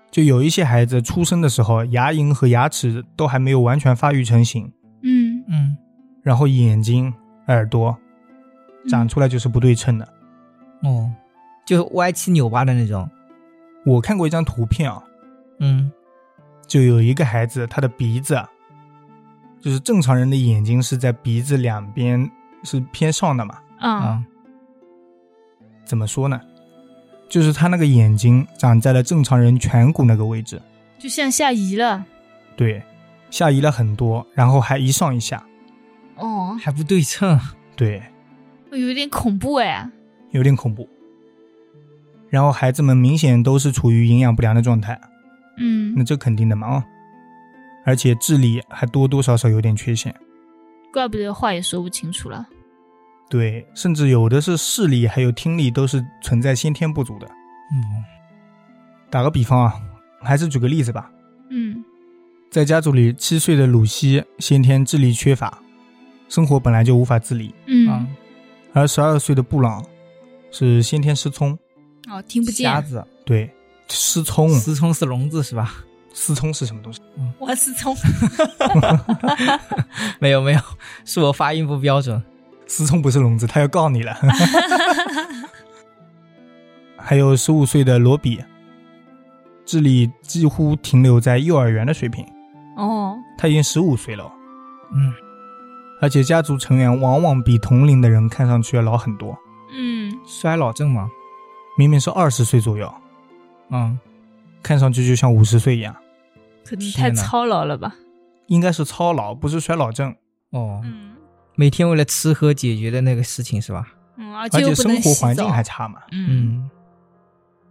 [SPEAKER 1] 就有一些孩子出生的时候，牙龈和牙齿都还没有完全发育成型，
[SPEAKER 2] 嗯，
[SPEAKER 3] 嗯
[SPEAKER 1] 然后眼睛、耳朵
[SPEAKER 2] 嗯
[SPEAKER 1] 长出来就是不对称的。
[SPEAKER 3] 哦，就是歪七扭八的那种。
[SPEAKER 1] 我看过一张图片啊，
[SPEAKER 3] 嗯，
[SPEAKER 1] 就有一个孩子，他的鼻子啊，就是正常人的眼睛是在鼻子两边是偏上的嘛，
[SPEAKER 2] 啊，
[SPEAKER 3] 啊，
[SPEAKER 1] 怎么说呢？就是他那个眼睛长在了正常人颧骨那个位置，
[SPEAKER 2] 就向下移了。
[SPEAKER 1] 对，下移了很多，然后还一上一下，
[SPEAKER 2] 哦，
[SPEAKER 3] 还不对称。
[SPEAKER 1] 对，
[SPEAKER 2] 有点恐怖哎。
[SPEAKER 1] 有点恐怖。然后孩子们明显都是处于营养不良的状态，那
[SPEAKER 2] 嗯，
[SPEAKER 1] 这肯定的嘛啊、而且智力还多多少少有点缺陷，
[SPEAKER 2] 怪不得话也说不清楚了。
[SPEAKER 1] 对，甚至有的是视力还有听力都是存在先天不足的。
[SPEAKER 3] 嗯
[SPEAKER 1] 打个比方啊，还是举个例子吧，
[SPEAKER 2] 嗯
[SPEAKER 1] 在家族里，七岁的鲁西先天智力缺乏，生活本来就无法自理，
[SPEAKER 2] 嗯，
[SPEAKER 3] 啊，
[SPEAKER 1] 而十二岁的布朗是先天失聪，
[SPEAKER 2] 哦，听不
[SPEAKER 3] 瞎
[SPEAKER 2] 见。
[SPEAKER 3] 子，
[SPEAKER 1] 对，失聪，
[SPEAKER 3] 思聪是聋子是吧？
[SPEAKER 1] 失聪是什么东西？
[SPEAKER 2] 我是从
[SPEAKER 3] 没有没有，是我发音不标准。
[SPEAKER 1] 失聪不是聋子，他要告你了。 还有十五岁的罗比，智力几乎停留在幼儿园的水平，
[SPEAKER 2] 哦，
[SPEAKER 1] 他已经十五岁了哦，
[SPEAKER 3] 嗯
[SPEAKER 1] 而且家族成员往往比同龄的人看上去要老很多，
[SPEAKER 2] 嗯，
[SPEAKER 3] 衰老症嘛。
[SPEAKER 1] 明明是二十岁左右，
[SPEAKER 3] 嗯，
[SPEAKER 1] 看上去就像五十岁一样。
[SPEAKER 2] 可能
[SPEAKER 3] 天
[SPEAKER 2] 太
[SPEAKER 3] 哪
[SPEAKER 2] 操劳了吧。
[SPEAKER 1] 应该是操劳，不是衰老症，
[SPEAKER 3] 哦，
[SPEAKER 2] 嗯
[SPEAKER 3] 每天为了吃喝解决的那个事情是吧？
[SPEAKER 2] 嗯，而
[SPEAKER 1] 而
[SPEAKER 2] 且又
[SPEAKER 1] 且
[SPEAKER 2] 不
[SPEAKER 1] 生
[SPEAKER 2] 能
[SPEAKER 1] 活
[SPEAKER 2] 洗
[SPEAKER 1] 环境
[SPEAKER 2] 澡
[SPEAKER 1] 还差嘛。
[SPEAKER 2] 嗯，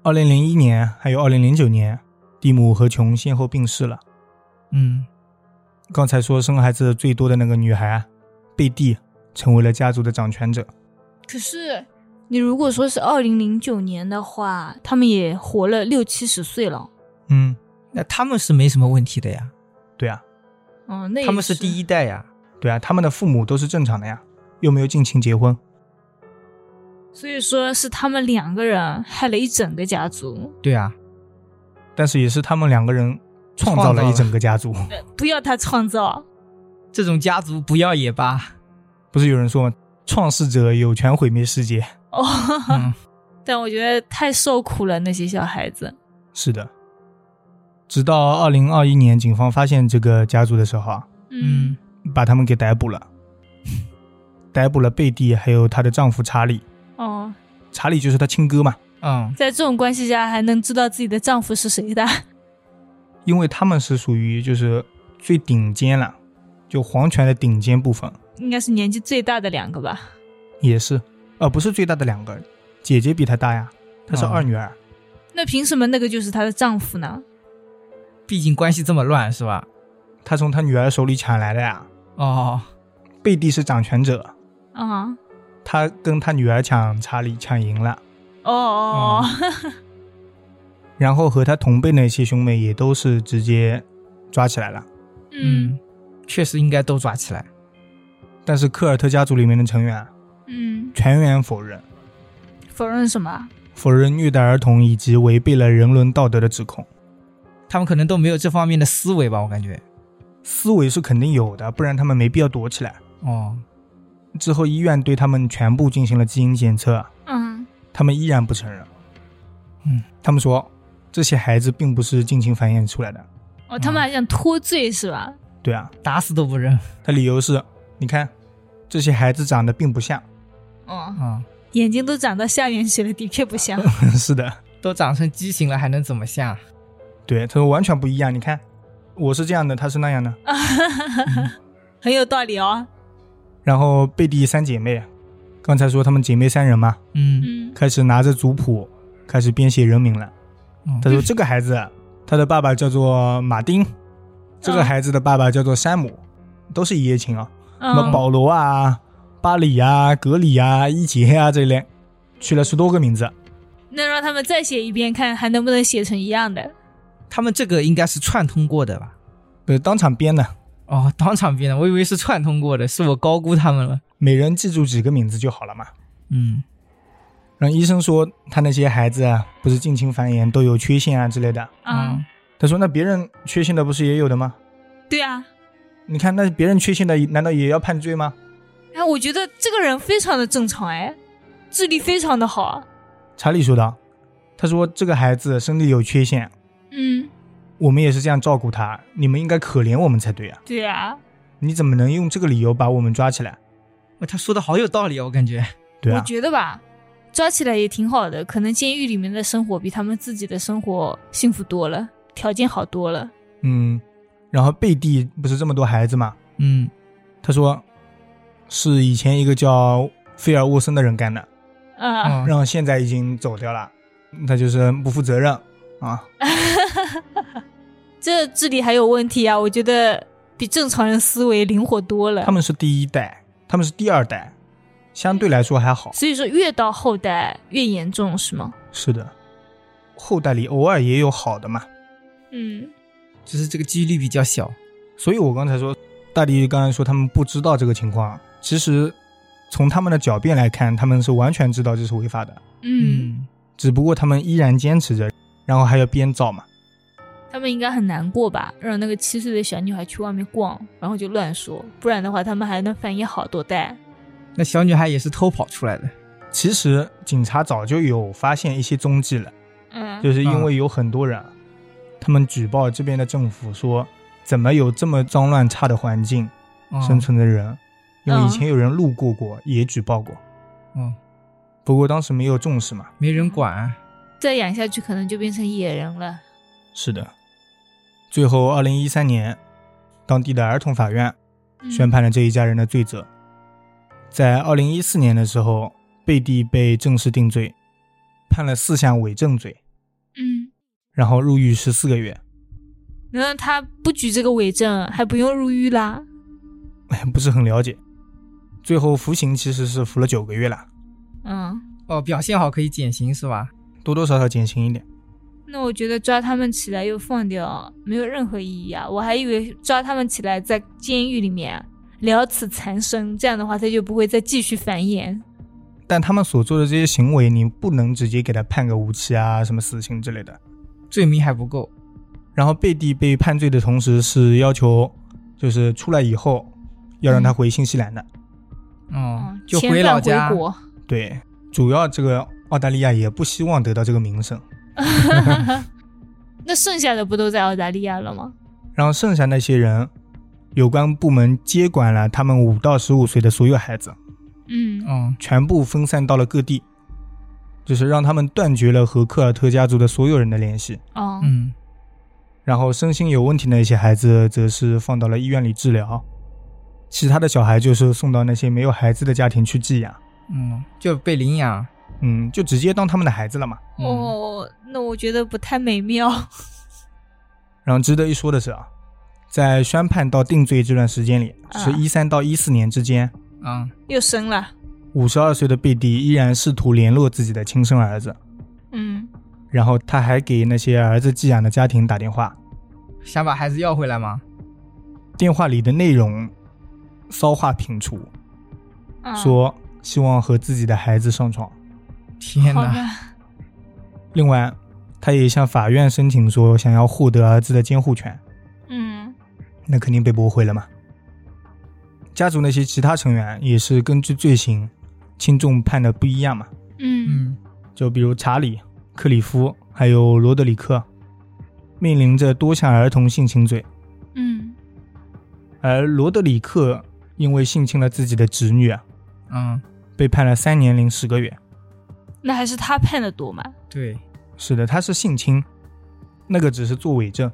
[SPEAKER 1] 二零零一年还有二零零九年，蒂姆和琼先后病逝了。
[SPEAKER 3] 嗯
[SPEAKER 1] 啊刚才说生孩子最多的那个女孩贝蒂，成为了家族的掌权者。
[SPEAKER 2] 可是你如果说是二零零九年的话，他们也活了六七十岁了。
[SPEAKER 1] 嗯，
[SPEAKER 3] 那他们是没什么问题的呀，
[SPEAKER 1] 对啊，
[SPEAKER 2] 嗯，那也
[SPEAKER 3] 他们是
[SPEAKER 2] 是
[SPEAKER 3] 第一代呀。
[SPEAKER 1] 对啊，他们的父母都是正常的呀，又没有近亲结婚。
[SPEAKER 2] 所以说是他们两个人害了一整个家族。
[SPEAKER 3] 对啊，
[SPEAKER 1] 但是也是他们两个人创造了一整个家族。
[SPEAKER 2] 不要他创造，
[SPEAKER 3] 这种家族不要也罢。
[SPEAKER 1] 不是有人说吗？创世者有权毁灭世界。
[SPEAKER 2] 哦，
[SPEAKER 3] 嗯，
[SPEAKER 2] 但我觉得太受苦了那些小孩子。
[SPEAKER 1] 是的。直到二零二一年，警方发现这个家族的时候啊，
[SPEAKER 3] 嗯，
[SPEAKER 1] 把他们给逮捕了， 逮捕了贝蒂还有她的丈夫查理。
[SPEAKER 2] 哦，
[SPEAKER 1] 查理就是她亲哥嘛，
[SPEAKER 3] 嗯，
[SPEAKER 2] 在这种关系下还能知道自己的丈夫是谁的？
[SPEAKER 1] 因为他们是属于就是最顶尖了，就皇权的顶尖部分，
[SPEAKER 2] 应该是年纪最大的两个吧？
[SPEAKER 1] 也是，呃，不是最大的两个，姐姐比她大呀，她是
[SPEAKER 3] 哦
[SPEAKER 1] 二女儿。
[SPEAKER 2] 那凭什么那个就是她的丈夫呢？
[SPEAKER 3] 毕竟关系这么乱是吧？
[SPEAKER 1] 她从她女儿手里抢来的呀。
[SPEAKER 3] 哦，
[SPEAKER 1] 贝蒂是掌权者，
[SPEAKER 2] 啊、
[SPEAKER 1] 她跟她女儿抢查理抢赢了，
[SPEAKER 2] 哦哦哦，
[SPEAKER 1] 然后和她同辈那些兄妹也都是直接抓起来了。
[SPEAKER 2] 嗯，
[SPEAKER 3] 确实应该都抓起来。
[SPEAKER 1] 但是科尔特家族里面的成员啊
[SPEAKER 2] 嗯，
[SPEAKER 1] 全员否认，
[SPEAKER 2] 否认什么？
[SPEAKER 1] 否认虐待儿童以及违背了人伦道德的指控。
[SPEAKER 3] 他们可能都没有这方面的思维吧，我感觉。
[SPEAKER 1] 思维是肯定有的，不然他们没必要躲起来。
[SPEAKER 3] 哦，
[SPEAKER 1] 之后医院对他们全部进行了基因检测，
[SPEAKER 2] 嗯，
[SPEAKER 1] 他们依然不承认。
[SPEAKER 3] 嗯，
[SPEAKER 1] 他们说这些孩子并不是近亲繁衍出来的。
[SPEAKER 2] 哦，他们还想脱罪是吧？
[SPEAKER 1] 对啊，
[SPEAKER 3] 打死都不认。
[SPEAKER 1] 他理由是，你看这些孩子长得并不像。
[SPEAKER 2] 哦，
[SPEAKER 3] 嗯，
[SPEAKER 2] 眼睛都长到下面去了，的确不像。
[SPEAKER 1] 是的，
[SPEAKER 3] 都长成畸形了，还能怎么像？
[SPEAKER 1] 对，他说完全不一样。你看，我是这样的，他是那样的。
[SPEAKER 2] 很有道理哦。
[SPEAKER 1] 然后贝蒂三姐妹，刚才说她们姐妹三人嘛，
[SPEAKER 3] 嗯，
[SPEAKER 2] 嗯，
[SPEAKER 1] 开始拿着族谱开始编写人名了。
[SPEAKER 3] 嗯
[SPEAKER 1] 他说这个孩子，他的爸爸叫做马丁，这个孩子的爸爸叫做山姆，都是一夜情啊，什么
[SPEAKER 2] 嗯，
[SPEAKER 1] 保罗啊、巴里啊、格里啊、伊杰啊这一类，取了十多个名字。
[SPEAKER 2] 那让他们再写一遍，看还能不能写成一样的。
[SPEAKER 3] 他们这个应该是串通过的吧？
[SPEAKER 1] 对，当场编的，
[SPEAKER 3] 哦，当场编的，我以为是串通过的，是我高估他们了。
[SPEAKER 1] 每人记住几个名字就好了嘛。
[SPEAKER 3] 嗯，
[SPEAKER 1] 然后医生说他那些孩子啊，不是近亲繁衍都有缺陷啊之类的。
[SPEAKER 2] 啊、
[SPEAKER 3] 嗯
[SPEAKER 1] 他说那别人缺陷的不是也有的吗？
[SPEAKER 2] 对啊。
[SPEAKER 1] 你看那别人缺陷的难道也要判罪吗？
[SPEAKER 2] 哎，我觉得这个人非常的正常，哎，智力非常的好。啊
[SPEAKER 1] 查理说道：“他说这个孩子身体有缺陷，
[SPEAKER 2] 嗯，
[SPEAKER 1] 我们也是这样照顾他，你们应该可怜我们才对啊！
[SPEAKER 2] 对啊，
[SPEAKER 1] 你怎么能用这个理由把我们抓起来？
[SPEAKER 3] 哇他说的好有道理啊，我感觉。
[SPEAKER 1] 对
[SPEAKER 2] 我
[SPEAKER 1] 啊，
[SPEAKER 2] 觉得吧，抓起来也挺好的。可能监狱里面的生活比他们自己的生活幸福多了，条件好多了。
[SPEAKER 1] 嗯。然后贝蒂不是这么多孩子嘛？
[SPEAKER 3] 嗯，
[SPEAKER 1] 他说是以前一个叫菲尔沃森的人干的，
[SPEAKER 2] 啊、
[SPEAKER 3] 嗯
[SPEAKER 1] 然后现在已经走掉了，他就是不负责任啊。
[SPEAKER 2] 这智力还有问题啊！我觉得比正常人思维灵活多了
[SPEAKER 1] 他。们是第一代，他们是第二代，相对来说还好。
[SPEAKER 2] 所以说，越到后代越严重，是吗？
[SPEAKER 1] 是的，后代里偶尔也有好的嘛。”
[SPEAKER 2] 嗯，
[SPEAKER 3] 只是这个几率比较小。
[SPEAKER 1] 所以我刚才说，大力刚才说他们不知道这个情况，其实从他们的狡辩来看，他们是完全知道这是违法的，
[SPEAKER 2] 嗯，
[SPEAKER 1] 只不过他们依然坚持着，然后还要编造嘛。
[SPEAKER 2] 他们应该很难过吧？让那个七岁的小女孩去外面逛，然后就乱说，不然的话，他们还能繁衍好多代。
[SPEAKER 3] 那小女孩也是偷跑出来的。
[SPEAKER 1] 其实警察早就有发现一些踪迹了，
[SPEAKER 2] 嗯，
[SPEAKER 1] 就是因为有很多人，他们举报这边的政府说，怎么有这么脏乱差的环境
[SPEAKER 3] 嗯
[SPEAKER 1] 生存的人，因为以
[SPEAKER 2] 嗯
[SPEAKER 1] 前有人路过过，也举报过，
[SPEAKER 3] 嗯，
[SPEAKER 1] 不过当时没有重视嘛。
[SPEAKER 3] 没人管。啊
[SPEAKER 2] 再养下去，可能就变成野人了。
[SPEAKER 1] 是的，最后，二零一三年，当地的儿童法院
[SPEAKER 2] 嗯
[SPEAKER 1] 宣判了这一家人的罪责。在二零一四年的时候，贝蒂被正式定罪，判了四项伪证罪，
[SPEAKER 2] 嗯，
[SPEAKER 1] 然后入狱十四个月。
[SPEAKER 2] 难道他不举这个伪证，还不用入狱啦？
[SPEAKER 1] 哎不是很了解，最后服刑其实是服了九个月了，
[SPEAKER 2] 嗯，
[SPEAKER 3] 哦，表现好可以减刑是吧？
[SPEAKER 1] 多多少少减刑一点。
[SPEAKER 2] 那我觉得抓他们起来又放掉，没有任何意义啊！我还以为抓他们起来在监狱里面了此残生，这样的话他就不会再继续繁衍。
[SPEAKER 1] 但他们所做的这些行为，你不能直接给他判个无期啊，什么死刑之类的。
[SPEAKER 3] 罪名还不够，
[SPEAKER 1] 然后贝蒂被判罪的同时是要求，就是出来以后要让他回新西兰的。
[SPEAKER 3] 嗯
[SPEAKER 2] 嗯，，
[SPEAKER 3] 就
[SPEAKER 2] 遣
[SPEAKER 3] 回老
[SPEAKER 2] 返
[SPEAKER 3] 家
[SPEAKER 2] 回。国，
[SPEAKER 1] 对，主要这个澳大利亚也不希望得到这个名声。
[SPEAKER 2] 那剩下的不都在澳大利亚了吗？
[SPEAKER 1] 然后剩下那些人，有关部门接管了他们五到十五岁的所有孩子，
[SPEAKER 2] 嗯，
[SPEAKER 3] 嗯，
[SPEAKER 1] 全部分散到了各地，就是让他们断绝了和科尔特家族的所有人的联系。
[SPEAKER 2] 哦，
[SPEAKER 3] 嗯，
[SPEAKER 1] 然后身心有问题的一些孩子，则是放到了医院里治疗，其他的小孩就是送到那些没有孩子的家庭去寄养，
[SPEAKER 3] 嗯，就被领养。
[SPEAKER 1] 嗯，就直接当他们的孩子了嘛。
[SPEAKER 3] 嗯，
[SPEAKER 2] 哦，那我觉得不太美妙。
[SPEAKER 1] 然后值得一说的是啊，在宣判到定罪这段时间里，
[SPEAKER 2] 啊
[SPEAKER 1] 是一三到一四年之间，
[SPEAKER 3] 啊，
[SPEAKER 2] 又生了，
[SPEAKER 1] 五十二岁的贝蒂依然试图联络自己的亲生儿子，
[SPEAKER 2] 嗯，
[SPEAKER 1] 然后他还给那些儿子寄养的家庭打电话，
[SPEAKER 3] 想把孩子要回来吗？
[SPEAKER 1] 电话里的内容骚话频出，
[SPEAKER 2] 啊、
[SPEAKER 1] 说希望和自己的孩子上床。
[SPEAKER 3] 天
[SPEAKER 2] 好
[SPEAKER 3] 哪！
[SPEAKER 2] 吧，
[SPEAKER 1] 另外，他也向法院申请说想要获得儿子的监护权，
[SPEAKER 2] 嗯
[SPEAKER 1] 那肯定被驳回了嘛。家族那些其他成员也是根据罪行轻重判的不一样嘛，
[SPEAKER 2] 嗯
[SPEAKER 3] 嗯，
[SPEAKER 1] 就比如查理、克里夫还有罗德里克，面临着多项儿童性侵罪，
[SPEAKER 2] 嗯
[SPEAKER 1] 而罗德里克因为性侵了自己的侄女啊，
[SPEAKER 3] 嗯，
[SPEAKER 1] 被判了三年零十个月。
[SPEAKER 2] 那还是他判的多嘛？
[SPEAKER 3] 对，
[SPEAKER 1] 是的，他是性侵，那个只是作伪 证。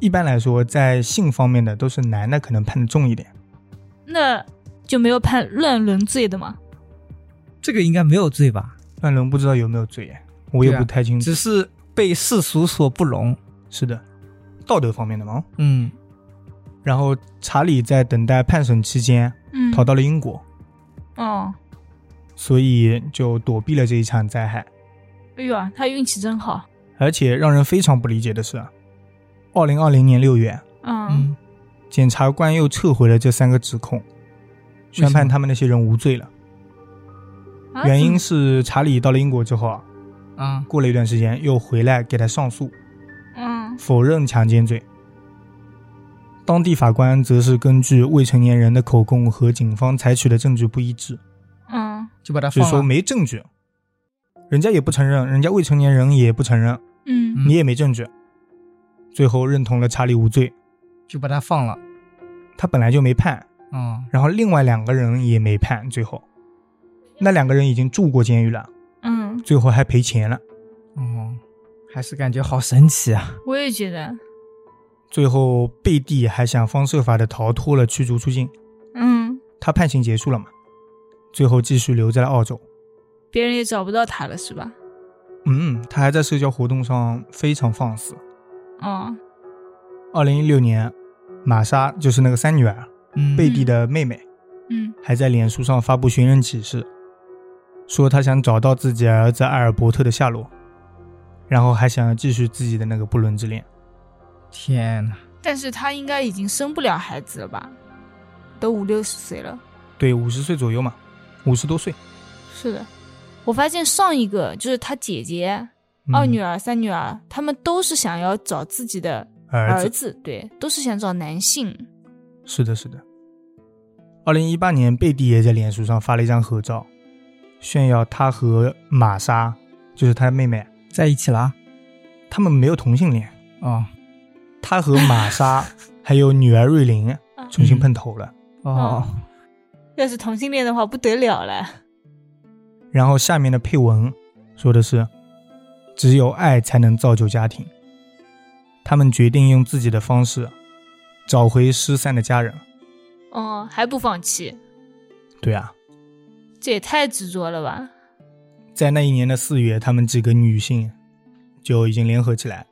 [SPEAKER 1] 一般来说，在性方面的都是男的可能判的重一点，
[SPEAKER 2] 那就没有判乱伦罪的嘛？
[SPEAKER 3] 这个应该没有罪吧？
[SPEAKER 1] 乱伦不知道有没有罪耶，我也
[SPEAKER 3] 对啊
[SPEAKER 1] 不太清楚。
[SPEAKER 3] 只是被世俗所不容。
[SPEAKER 1] 是的，道德方面的嘛。
[SPEAKER 3] 嗯，
[SPEAKER 1] 然后查理在等待判审期间
[SPEAKER 2] 嗯，
[SPEAKER 1] 逃到了英国，
[SPEAKER 2] 哦，
[SPEAKER 1] 所以就躲避了这一场灾害。
[SPEAKER 2] 哎呦啊，他运气真好，
[SPEAKER 1] 而且让人非常不理解的是，啊二零二零年六月，
[SPEAKER 2] 嗯
[SPEAKER 3] 嗯，
[SPEAKER 1] 检察官又撤回了这三个指控，宣
[SPEAKER 3] 为什
[SPEAKER 1] 判
[SPEAKER 3] 么
[SPEAKER 1] 他们那些人无罪了。
[SPEAKER 2] 啊
[SPEAKER 1] 原因
[SPEAKER 2] 怎
[SPEAKER 1] 是查理到了英国之后啊，
[SPEAKER 3] 啊，
[SPEAKER 1] 过了一段时间又回来给他上诉，
[SPEAKER 2] 么嗯
[SPEAKER 1] 否认强奸罪。当地法官则是根据未成年人的口供和警方采取的证据不一致，
[SPEAKER 2] 嗯
[SPEAKER 3] 就把他
[SPEAKER 1] 就
[SPEAKER 3] 放
[SPEAKER 1] 说
[SPEAKER 3] 了。
[SPEAKER 1] 没证据，人家也不承认，人家未成年人也不承认，
[SPEAKER 2] 嗯
[SPEAKER 3] 嗯
[SPEAKER 1] 你也没证据。最后认同了查理无罪，
[SPEAKER 3] 就把他放了。
[SPEAKER 1] 他本来就没判，
[SPEAKER 3] 嗯，
[SPEAKER 1] 然后另外两个人也没判，最后那两个人已经住过监狱了，
[SPEAKER 2] 嗯，
[SPEAKER 1] 最后还赔钱了。
[SPEAKER 3] 哦，还是感觉好神奇啊。
[SPEAKER 2] 我也觉得，
[SPEAKER 1] 最后贝蒂还想方设法的逃脱了驱逐出境，
[SPEAKER 2] 嗯，
[SPEAKER 1] 他判刑结束了嘛，最后继续留在了澳洲。
[SPEAKER 2] 别人也找不到他了是吧？
[SPEAKER 1] 嗯，他还在社交活动上非常放肆。
[SPEAKER 2] 哦，
[SPEAKER 1] 二零一六年，玛莎就是那个三女儿
[SPEAKER 3] 嗯，
[SPEAKER 1] 贝蒂的妹妹，
[SPEAKER 2] 嗯
[SPEAKER 1] 还在脸书上发布寻人启事，说她想找到自己儿子艾尔伯特的下落，然后还想继续自己的那个不伦之恋。
[SPEAKER 3] 天哪！
[SPEAKER 2] 但是他应该已经生不了孩子了吧？都五六十岁了。
[SPEAKER 1] 对，五十岁左右嘛，五十多岁。
[SPEAKER 2] 是的，我发现上一个就是他姐姐、
[SPEAKER 1] 嗯
[SPEAKER 2] 二女儿、三女儿，他们都是想要找自己的
[SPEAKER 1] 儿子
[SPEAKER 2] 儿子，对，都是想找男性。
[SPEAKER 1] 是的，是的。二零一八年，贝蒂也在脸书上发了一张合照，炫耀她和玛莎，就是她的妹妹，
[SPEAKER 3] 在一起了啊。
[SPEAKER 1] 他们没有同性恋。
[SPEAKER 3] 哦
[SPEAKER 1] 她和玛莎还有女儿瑞琳
[SPEAKER 2] 啊
[SPEAKER 1] 重新碰头了。
[SPEAKER 2] 嗯
[SPEAKER 3] 哦，
[SPEAKER 2] 要是同性恋的话，不得了了。
[SPEAKER 1] 然后下面的配文说的是：“只有爱才能造就家庭。”他们决定用自己的方式找回失散的家人。
[SPEAKER 2] 哦，还不放弃，
[SPEAKER 1] 对啊，
[SPEAKER 2] 这也太执着了吧？
[SPEAKER 1] 在那一年的四月，他们几个女性就已经联合起来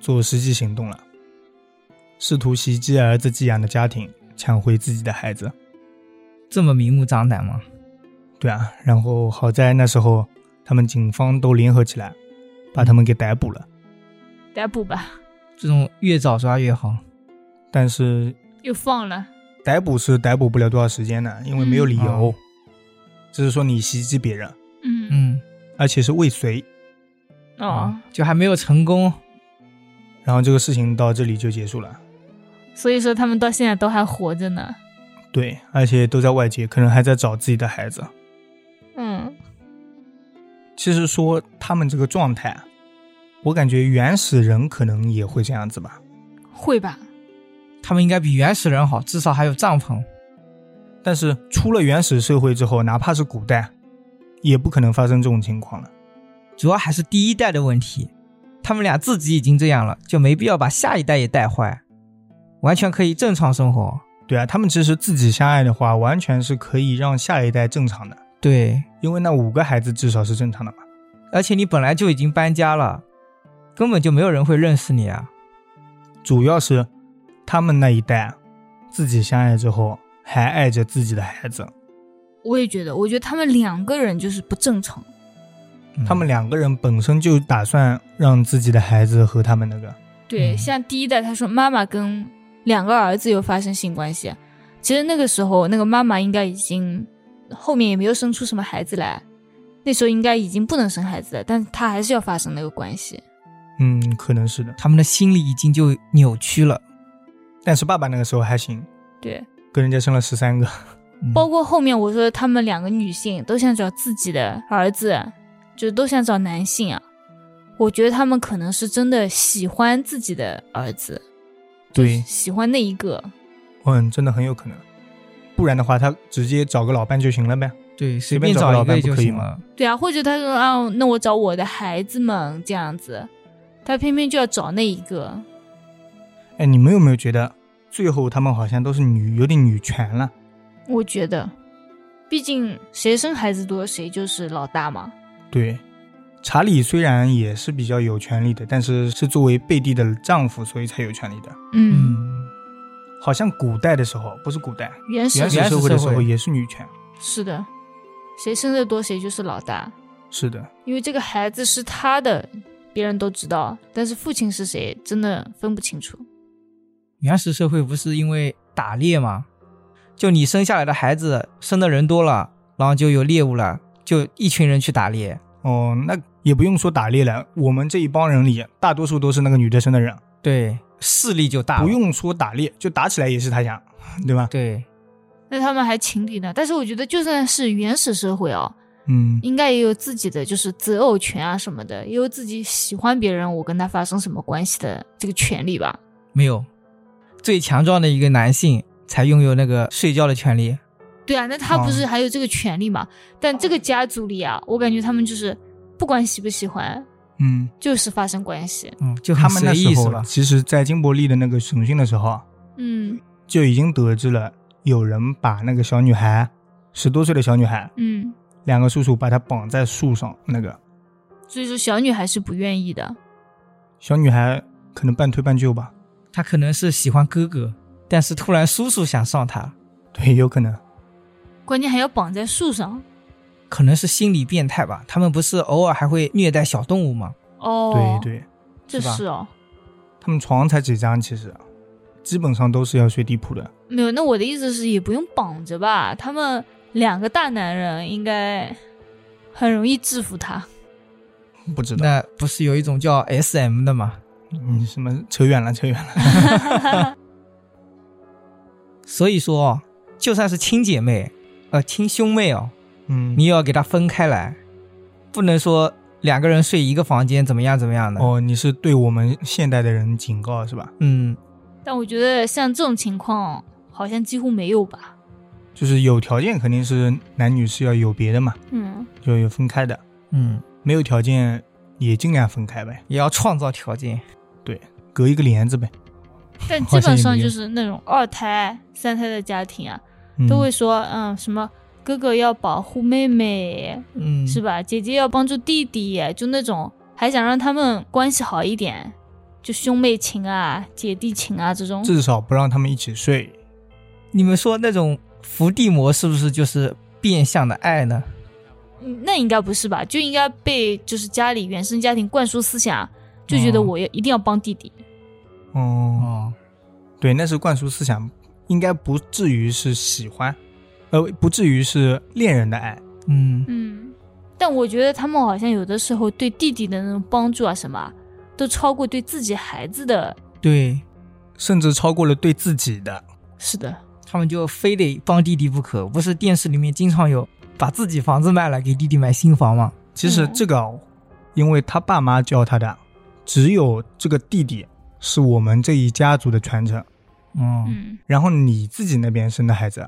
[SPEAKER 1] 做实际行动了，试图袭击儿子寄养的家庭，抢回自己的孩子。
[SPEAKER 3] 这么明目张胆吗？
[SPEAKER 1] 对啊，然后好在那时候他们警方都联合起来，把他们给逮捕了。
[SPEAKER 2] 逮捕吧，
[SPEAKER 3] 这种越早抓越好。
[SPEAKER 1] 但是
[SPEAKER 2] 又放了。
[SPEAKER 1] 逮捕是逮捕不了多少时间的，因为没有理由
[SPEAKER 3] 嗯，
[SPEAKER 1] 只是说你袭击别人，
[SPEAKER 2] 嗯
[SPEAKER 3] 嗯，啊
[SPEAKER 1] 而且是未遂。
[SPEAKER 2] 哦，
[SPEAKER 3] 就还没有成功。
[SPEAKER 1] 然后这个事情到这里就结束了。
[SPEAKER 2] 所以说他们到现在都还活着呢。
[SPEAKER 1] 对，而且都在外界，可能还在找自己的孩子。
[SPEAKER 2] 嗯
[SPEAKER 1] 其实说他们这个状态啊，我感觉原始人可能也会这样子吧。，
[SPEAKER 2] 会吧？
[SPEAKER 3] 他们应该比原始人好，至少还有帐篷。
[SPEAKER 1] 但是出了原始社会之后，哪怕是古代，也不可能发生这种情况了。
[SPEAKER 3] 主要还是第一代的问题，他们俩自己已经这样了，就没必要把下一代也带坏，完全可以正常生活。
[SPEAKER 1] 对啊，他们其实自己相爱的话，完全是可以让下一代正常的，
[SPEAKER 3] 对，
[SPEAKER 1] 因为那五个孩子至少是正常的嘛。
[SPEAKER 3] 而且你本来就已经搬家了，根本就没有人会认识你啊。
[SPEAKER 1] 主要是他们那一代啊自己相爱之后，还爱着自己的孩子，
[SPEAKER 2] 我也觉得，我觉得他们两个人就是不正常。
[SPEAKER 3] 嗯
[SPEAKER 1] 他们两个人本身就打算让自己的孩子和他们那个，
[SPEAKER 2] 对，
[SPEAKER 3] 嗯
[SPEAKER 2] 像第一代，他说妈妈跟两个儿子有发生性关系，其实那个时候那个妈妈应该已经后面也没有生出什么孩子来，那时候应该已经不能生孩子了，但她还是要发生那个关系。
[SPEAKER 1] 嗯，可能是的。
[SPEAKER 3] 他们的心理已经就扭曲了。
[SPEAKER 1] 但是爸爸那个时候还行，
[SPEAKER 2] 对，
[SPEAKER 1] 跟人家生了十 三个，
[SPEAKER 3] 嗯
[SPEAKER 2] 包括后面我说他们两个女性都想找自己的儿子，就都想找男性啊。我觉得他们可能是真的喜欢自己的儿子，
[SPEAKER 1] 对，
[SPEAKER 2] 喜欢那一个。
[SPEAKER 1] 嗯，真的很有可能。不然的话，他直接找个老伴就行了呗。
[SPEAKER 3] 对随
[SPEAKER 1] 便
[SPEAKER 3] 便
[SPEAKER 1] 找个
[SPEAKER 3] 找
[SPEAKER 1] 老
[SPEAKER 3] 一个
[SPEAKER 1] 板不
[SPEAKER 3] 就
[SPEAKER 1] 可以
[SPEAKER 3] 行
[SPEAKER 1] 吗
[SPEAKER 3] 了。
[SPEAKER 2] 对啊，或者他说啊，那我找我的孩子们这样子，他偏偏就要找那一个。
[SPEAKER 1] 哎，你们有没有觉得，最后他们好像都是女，有点女权了？
[SPEAKER 2] 我觉得，毕竟谁生孩子多，谁就是老大嘛。
[SPEAKER 1] 对，查理虽然也是比较有权利的，但是是作为贝蒂的丈夫，所以才有权利的。
[SPEAKER 2] 嗯，
[SPEAKER 1] 好像古代的时候，不是古代，
[SPEAKER 2] 原始
[SPEAKER 1] 原始
[SPEAKER 3] 原始
[SPEAKER 1] 社会的
[SPEAKER 3] 社
[SPEAKER 1] 时候
[SPEAKER 3] 会
[SPEAKER 1] 也是女权。
[SPEAKER 2] 是的，谁生的多，谁就是老大，
[SPEAKER 1] 是的，
[SPEAKER 2] 因为这个孩子是他的，别人都知道，但是父亲是谁，真的分不清楚。
[SPEAKER 3] 原始社会不是因为打猎吗？就你生下来的孩子，生的人多了，然后就有猎物了，就一群人去打猎。
[SPEAKER 1] 哦，那也不用说打猎了，我们这一帮人里，大多数都是那个女的生的人，
[SPEAKER 3] 对，势力就大了。
[SPEAKER 1] 不用说打猎，就打起来也是她想，对吧？
[SPEAKER 3] 对，
[SPEAKER 2] 那他们还情理呢，但是我觉得就算是原始社会哦，
[SPEAKER 1] 嗯，
[SPEAKER 2] 应该也有自己的就是择偶权啊什么的，也有自己喜欢别人，我跟他发生什么关系的这个权利吧。
[SPEAKER 3] 没有，最强壮的一个男性才拥有那个睡觉的权利。
[SPEAKER 2] 对啊，那他不是还有这个权利嘛？但这个家族里啊，我感觉他们就是不管喜不喜欢，
[SPEAKER 1] 嗯，
[SPEAKER 2] 就是发生关系。
[SPEAKER 3] 嗯，就
[SPEAKER 1] 他
[SPEAKER 3] 很
[SPEAKER 1] 们那
[SPEAKER 3] 随
[SPEAKER 1] 时
[SPEAKER 3] 意是
[SPEAKER 1] 候
[SPEAKER 3] 吧？
[SPEAKER 1] 其实，在金伯利的那个审讯的时候啊，
[SPEAKER 2] 嗯
[SPEAKER 1] 就已经得知了有人把那个小女孩，十多岁的小女孩，
[SPEAKER 2] 嗯，
[SPEAKER 1] 两个叔叔把她绑在树上，那个
[SPEAKER 2] 所以说小女孩是不愿意的。
[SPEAKER 1] 小女孩可能半推半就吧，
[SPEAKER 3] 他可能是喜欢哥哥，但是突然叔叔想上他，
[SPEAKER 1] 对，有可能，
[SPEAKER 2] 关键还要绑在树上
[SPEAKER 3] 可能是心理变态吧。他们不是偶尔还会虐待小动物吗？
[SPEAKER 2] 哦
[SPEAKER 1] 对，对，
[SPEAKER 2] 这
[SPEAKER 3] 是吧
[SPEAKER 2] 是哦，
[SPEAKER 1] 他们床才几张，其实基本上都是要睡地铺的，
[SPEAKER 2] 没有。那我的意思是，也不用绑着吧？他们两个大男人应该很容易制服他。
[SPEAKER 1] 不知道，
[SPEAKER 3] 那不是有一种叫 S.M 的吗？
[SPEAKER 1] 嗯，什么扯远了，扯远了，
[SPEAKER 3] 所以说，就算是亲姐妹，呃，亲兄妹哦，
[SPEAKER 1] 嗯，
[SPEAKER 3] 你也要给它分开来，不能说两个人睡一个房间，怎么样怎么样的。
[SPEAKER 1] 哦，你是对我们现代的人警告是吧？
[SPEAKER 3] 嗯，
[SPEAKER 2] 但我觉得像这种情况好像几乎没有吧。
[SPEAKER 1] 就是有条件肯定是男女是要有别的嘛，
[SPEAKER 2] 嗯，
[SPEAKER 1] 就有分开的，
[SPEAKER 3] 嗯，
[SPEAKER 1] 没有条件也尽量分开呗，
[SPEAKER 3] 也要创造条件。
[SPEAKER 1] 隔一个帘子呗，
[SPEAKER 2] 但
[SPEAKER 1] 好像
[SPEAKER 2] 基本
[SPEAKER 1] 也
[SPEAKER 2] 上
[SPEAKER 1] 没有
[SPEAKER 2] 就是那种二胎、三胎的家庭啊，
[SPEAKER 1] 嗯、
[SPEAKER 2] 都会说，嗯，什么哥哥要保护妹妹，
[SPEAKER 3] 嗯，
[SPEAKER 2] 是吧？姐姐要帮助弟弟，就那种还想让他们关系好一点，就兄妹情啊、姐弟情啊这种。
[SPEAKER 1] 至少不让他们一起睡，
[SPEAKER 3] 你们说那种伏地魔是不是就是变相的爱呢？
[SPEAKER 2] 嗯那应该不是吧？就应该被就是家里原生家庭灌输思想，就觉得
[SPEAKER 3] 哦
[SPEAKER 2] 我也一定要帮弟弟。
[SPEAKER 1] 哦，
[SPEAKER 3] 哦，
[SPEAKER 1] 对，那是灌输思想，应该不至于是喜欢，呃，不至于是恋人的爱。
[SPEAKER 3] 嗯，
[SPEAKER 2] 嗯，但我觉得他们好像有的时候对弟弟的那种帮助啊什么啊，都超过对自己孩子的。
[SPEAKER 3] 对
[SPEAKER 1] 甚至超过了对自己的，
[SPEAKER 2] 是的，
[SPEAKER 3] 他们就非得帮弟弟不可，不是电视里面经常有把自己房子卖了给弟弟买新房吗？
[SPEAKER 1] 其实
[SPEAKER 2] 嗯
[SPEAKER 1] 这个哦，因为他爸妈教他的，只有这个弟弟是我们这一家族的传承，
[SPEAKER 3] 嗯，
[SPEAKER 2] 嗯，
[SPEAKER 1] 然后你自己那边生的孩子，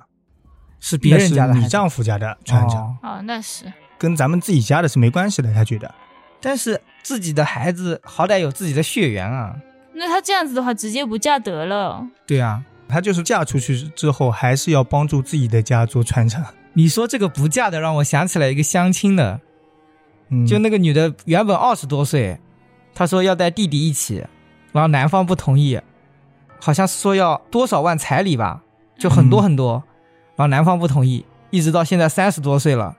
[SPEAKER 3] 是别人家
[SPEAKER 1] 那是
[SPEAKER 3] 的孩
[SPEAKER 1] 你
[SPEAKER 3] 子
[SPEAKER 1] 丈夫家的传承，
[SPEAKER 3] 哦
[SPEAKER 2] 啊，那是，
[SPEAKER 1] 跟咱们自己家的是没关系的。他觉得，
[SPEAKER 3] 但是自己的孩子好歹有自己的血缘啊。
[SPEAKER 2] 那他这样子的话，直接不嫁得了。
[SPEAKER 3] 对啊，
[SPEAKER 1] 他就是嫁出去之后，还是要帮助自己的家族传承。
[SPEAKER 3] 你说这个不嫁的，让我想起来一个相亲的，
[SPEAKER 1] 嗯，
[SPEAKER 3] 就那个女的原本二十多岁，她说要带弟弟一起，然后男方不同意，好像是说要多少万彩礼吧，就很
[SPEAKER 1] 嗯
[SPEAKER 3] 多很多，然后男方不同意，一直到现在三十多岁了，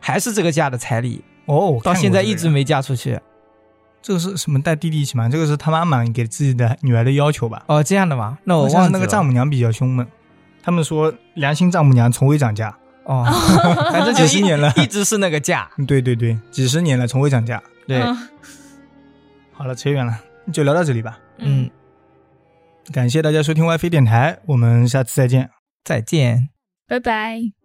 [SPEAKER 3] 还是这个价的彩礼，
[SPEAKER 1] 哦，我看过
[SPEAKER 3] 到现在
[SPEAKER 1] 这个
[SPEAKER 3] 一直
[SPEAKER 1] 人
[SPEAKER 3] 没嫁出去。
[SPEAKER 1] 这个是什么带弟弟一起吗？这个是他妈妈给自己的女儿的要求吧？
[SPEAKER 3] 哦，这样的吗？那我
[SPEAKER 1] 好像
[SPEAKER 3] 忘
[SPEAKER 1] 是
[SPEAKER 3] 记
[SPEAKER 1] 那个
[SPEAKER 3] 了
[SPEAKER 1] 丈母娘比较凶猛，他们说良心丈母娘从未涨价。
[SPEAKER 3] 哦， 反正就
[SPEAKER 1] 几十
[SPEAKER 3] 一
[SPEAKER 1] 年了
[SPEAKER 3] 一直是那个价。
[SPEAKER 1] 嗯对对对，几十年了，从未涨价。
[SPEAKER 3] 对，
[SPEAKER 2] 嗯
[SPEAKER 1] 好了，扯远了，就聊到这里吧。
[SPEAKER 3] 嗯，
[SPEAKER 1] 感谢大家收听 WiFi 电台，我们下次再见。
[SPEAKER 3] 再见。
[SPEAKER 2] 拜拜。